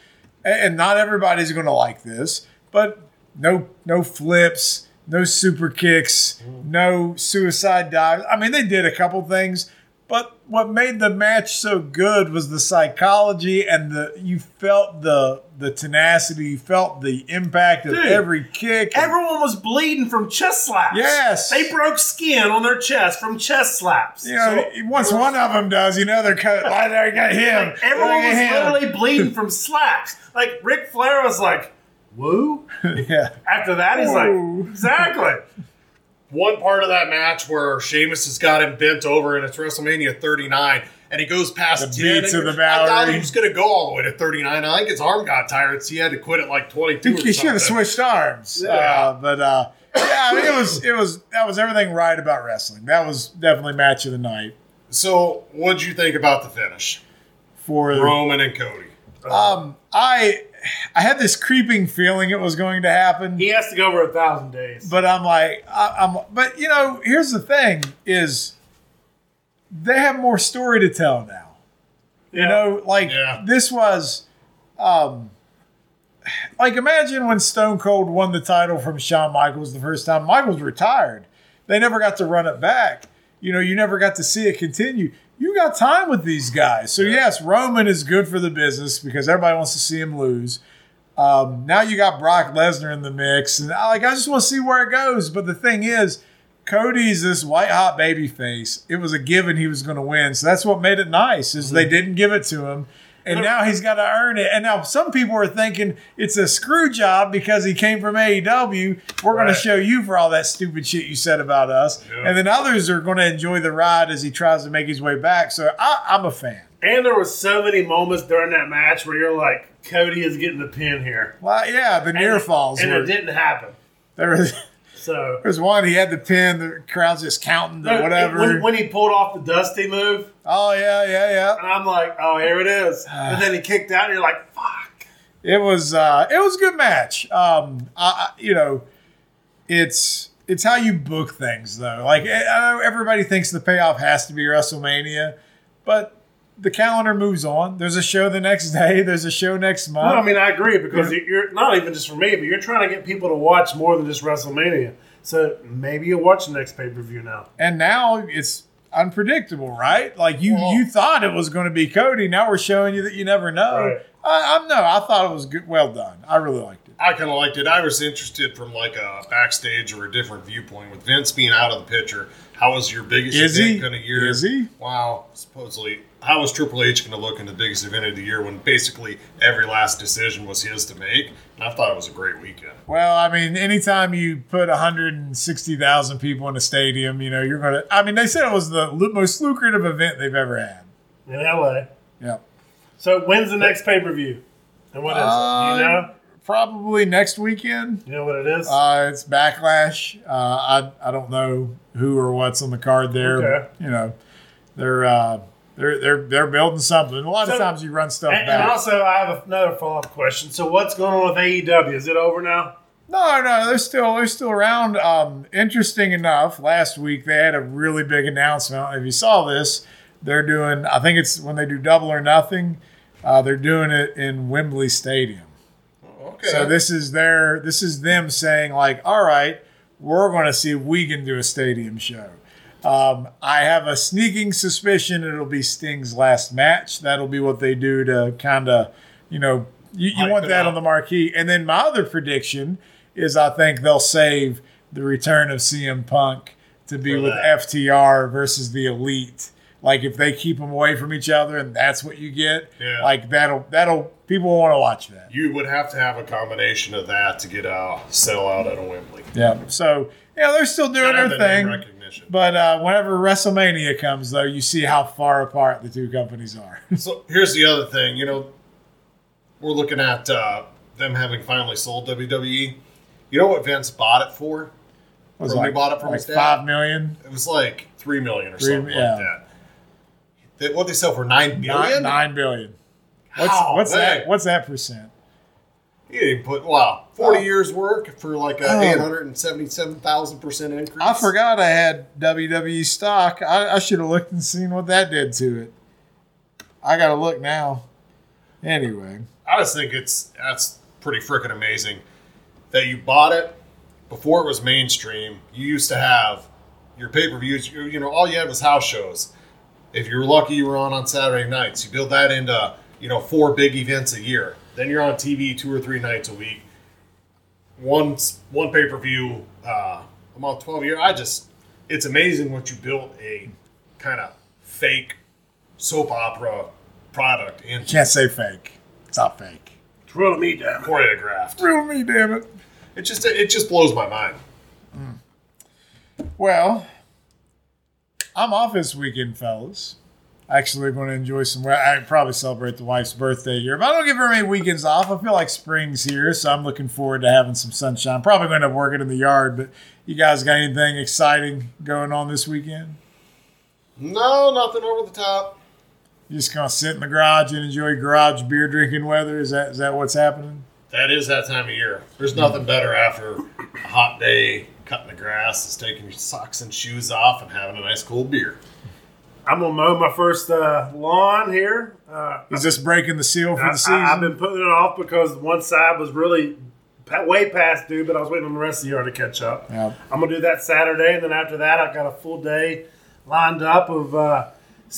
S1: a- and not everybody's going to like this, but no, no flips, no super kicks,
S2: Mm-hmm.
S1: no suicide dives. I mean, they did a couple things, but what made the match so good was the psychology and the you felt the the tenacity, you felt the impact of
S2: Dude,
S1: every kick. and-
S2: Everyone was bleeding from chest slaps.
S1: Yes.
S2: They broke skin on their chest from chest slaps.
S1: you know, once one of them does, you know they're cut. Why they got him?
S2: Like, everyone
S1: Look
S2: was
S1: at
S2: literally bleeding from slaps. Like Ric Flair was like, "Woo!"
S1: him. (laughs) yeah.
S2: After that, he's
S1: Woo.
S2: like, "Exactly."
S3: one part of that match where Sheamus has got him bent over, and it's WrESTLEMANIA 39, and he goes past
S1: The
S3: 10.
S1: beats
S3: and
S1: of the
S3: I thought
S1: Bowery.
S3: he was going to go all the way to 39. I think his arm got tired, so he had to quit at like 22. or
S1: He should have
S3: something.
S1: switched arms.
S3: Yeah.
S1: Uh, but uh, yeah, I mean, it was it was that was everything right about wrestling. That was definitely match of the night
S3: So, what'd you think about the finish?
S1: for
S3: Roman and Cody.
S1: Um, I I had this creeping feeling it was going to happen.
S2: (laughs) He has to go over a thousand days.
S1: but I'm like, I, I'm. But you know, here's the thing: is they have more story to tell now.
S2: Yeah.
S1: You know, like
S3: Yeah.
S1: this was, um, like imagine when Stone Cold won the title from Shawn Michaels the first time. Michaels retired. They never got to run it back. You know, you never got to see it continue. You got time with these guys. So, yes, Roman is good for the business because everybody wants to see him lose. Um, now you got Brock Lesnar in the mix, and I, like I just want to see where it goes. But the thing is, Cody's this white hot baby face. It was a given he was going to win, so that's what made it nice is
S2: Mm-hmm.
S1: they didn't give it to him, and now he's got to earn it. And now some people are thinking it's a screw job because he came from AEW. We're going
S3: Right.
S1: to show you for all that stupid shit you said about us,
S3: Yeah.
S1: and then others are going to enjoy the ride as he tries to make his way back. So I, I'm a fan.
S2: and there were so many moments during that match where you're like, "Cody is getting the pin here,"
S1: Well, yeah, the near
S2: and,
S1: falls.
S2: and
S1: were-
S2: it didn't happen.
S1: there was.
S2: So
S1: There's one he had the pin, the crowd's just counting the whatever.
S2: Uh, When, when he pulled off the dusty move,
S1: oh yeah, yeah,
S2: and I'm like, "Oh, here it (sighs) is," and then he kicked out, and you're like, "Fuck."
S1: yeah. It was uh, it was a good match. Um, I, I, you know, it's it's how you book things though. Like I I know everybody thinks the payoff has to be WrestleMania, but the calendar moves on. There's a show the next (laughs) day. There's a show next month.
S2: No, I mean I agree because
S1: Yeah.
S2: you- you're not even just for me, but you're trying to get people to watch more than just WrestleMania. So maybe you'll watch the next pay per view now.
S1: and now it's unpredictable, right? Like you
S3: Well-
S1: you thought it was going to be Cody. Now we're showing you that you never know.
S2: Right.
S1: I, I'm no. I thought it was good. Well done. I really liked it.
S3: I kind of liked it. I was interested from like a backstage or a different viewpoint with Vince being out of the picture. How was your biggest
S1: Is
S3: event
S1: he?
S3: going to year?
S1: Is he?
S3: Wow. Supposedly, how was Triple H going to look in the biggest event of the year when basically every last decision was his to make? And I thought it was a great weekend.
S1: Well, I mean, anytime you put 160,000 people in a stadium, you know, you're going to. I mean, they said it was the lu- most lucrative event they've ever had.
S2: in LA.
S1: Yeah.
S2: So when's the next pay per view? And what is
S1: Uh,
S2: it? Do you know?
S1: Probably next weekend.
S2: You know what it is?
S1: Uh, it's Backlash. Uh, I, I don't know who or what's on the card there.
S2: Okay.
S1: but, you know, they're. Uh, they're, they're, they're building something. A lot
S2: So-
S1: of times you run stuff
S2: and, and
S1: back.
S2: also, I have another follow up question. So what's going on with AEW? Is it over now?
S1: No, no, they're still they're still around. Um, interesting enough, last week they had a really big announcement. I don't know If you saw this, they're doing. I think it's when they do double or nothing. Uh, they're doing it in Wembley Stadium.
S3: Okay.
S1: So this is their this is them saying like, all right, we're going to see if we can do a stadium show. Um, I have a sneaking suspicion it'll be Sting's last match. That'll be what they do to kind of, you know, you, you
S3: Hype
S1: want
S3: it
S1: that
S3: up.
S1: on the marquee. And then my other prediction is I think they'll save the return of CM Punk to be
S3: For
S1: with
S3: that.
S1: FTR versus the Elite. Like if they keep them away from each other and that's what you get,
S3: Yeah.
S1: like that'll that'll people want to watch that.
S3: You would have to have a combination of that to get a sellout at a Wembley.
S1: Yeah. So yeah, they're still doing
S3: Gotta have
S1: their
S3: that name
S1: thing.
S3: recognition.
S1: But uh, whenever WrestleMania comes, though, you see how far apart the two companies are. (laughs)
S3: So here's the other thing, you know, we're looking at uh, them having finally sold WWE. You know what Vince bought it for?
S1: was
S3: When we bought it from
S1: like
S3: his dad.
S1: five million,
S3: It was like three million or
S1: Three-
S3: something
S1: yeah.
S3: like that. They, what they sell for
S1: nine,
S3: nine billion?
S1: nine billion. What's,
S3: How?
S1: what's
S3: Hey,
S1: that? What's that percent?
S3: He didn't put wow, forty
S1: Oh.
S3: years work for like a
S1: Oh.
S3: eight hundred and seventy-seven thousand percent increase.
S1: I forgot I had WWE stock. I, I should have looked and seen what that did to it. I gotta look now. Anyway,
S3: I just think it's that's pretty freaking amazing that you bought it before it was mainstream. You used to have your pay per views. You you know, all you had was house shows. If you were lucky, you were on on Saturday nights. You build that into you know four big events a year. Then you're on TV two or three nights a week. One s- one pay per view uh, a month, twelve a year. I just it's amazing what you built a kind of fake soap opera product into.
S1: can't say fake. It's not fake.
S2: Throw me down.
S3: choreographed.
S1: Thrill me, damn it.
S3: It just it just blows my mind.
S1: Well, I'm off this weekend, fellas. Actually, going to enjoy some. well, I probably celebrate the wife's birthday here, but I don't give her many weekends off. I feel like spring's here, so I'm looking forward to having some sunshine. Probably going to end up working in the yard, but you guys got anything exciting going on this weekend?
S3: No, nothing over the top.
S1: You just gonna sit in the garage and enjoy garage beer drinking weather? Is that is that what's happening?
S3: That is that time of year. There's nothing better after a hot day cutting the grass is taking your socks and shoes off and having a nice cold beer.
S2: I'm gonna mow my first uh, lawn here. Uh,
S1: Is this breaking the seal for the season?
S2: I, have been putting it off because one side was really pa- way past due, but I was waiting on the rest of the yard to catch up.
S1: Yeah.
S2: I'm gonna do that Saturday, and then after that, I've got a full day lined up of uh,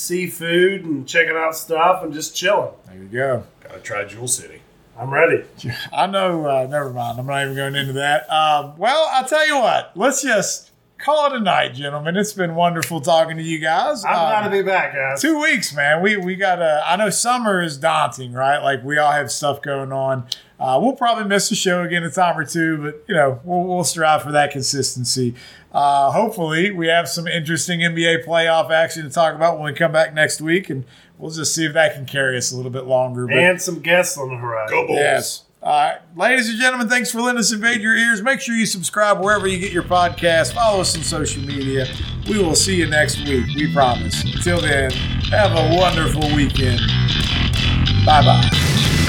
S2: seafood and checking out stuff and just chilling.
S1: There you go.
S3: Gotta try Jewel City.
S2: I'm ready.
S1: I know. Uh, never mind. I'm not even going into that. Um, well, I'll tell you what. Let's just call it a night, gentlemen. It's been wonderful talking to you guys.
S2: I'm glad
S1: Um,
S2: to be back, guys.
S1: two weeks, man. We we got to. I know summer is daunting, right? Like we all have stuff going on. Uh, we'll probably miss the show again a time or two, but you know we'll, we'll strive for that consistency. Uh, hopefully, we have some interesting NBA playoff action to talk about when we come back next week, and we'll just see if that can carry us a little bit longer. But
S2: And some guests on the horizon.
S3: Go Bulls.
S1: Yes. All right. Ladies and gentlemen, thanks for letting us invade your ears. Make sure you subscribe wherever you get your podcast. Follow us on social media. We will see you next week. We promise. Until then, have a wonderful weekend. Bye bye.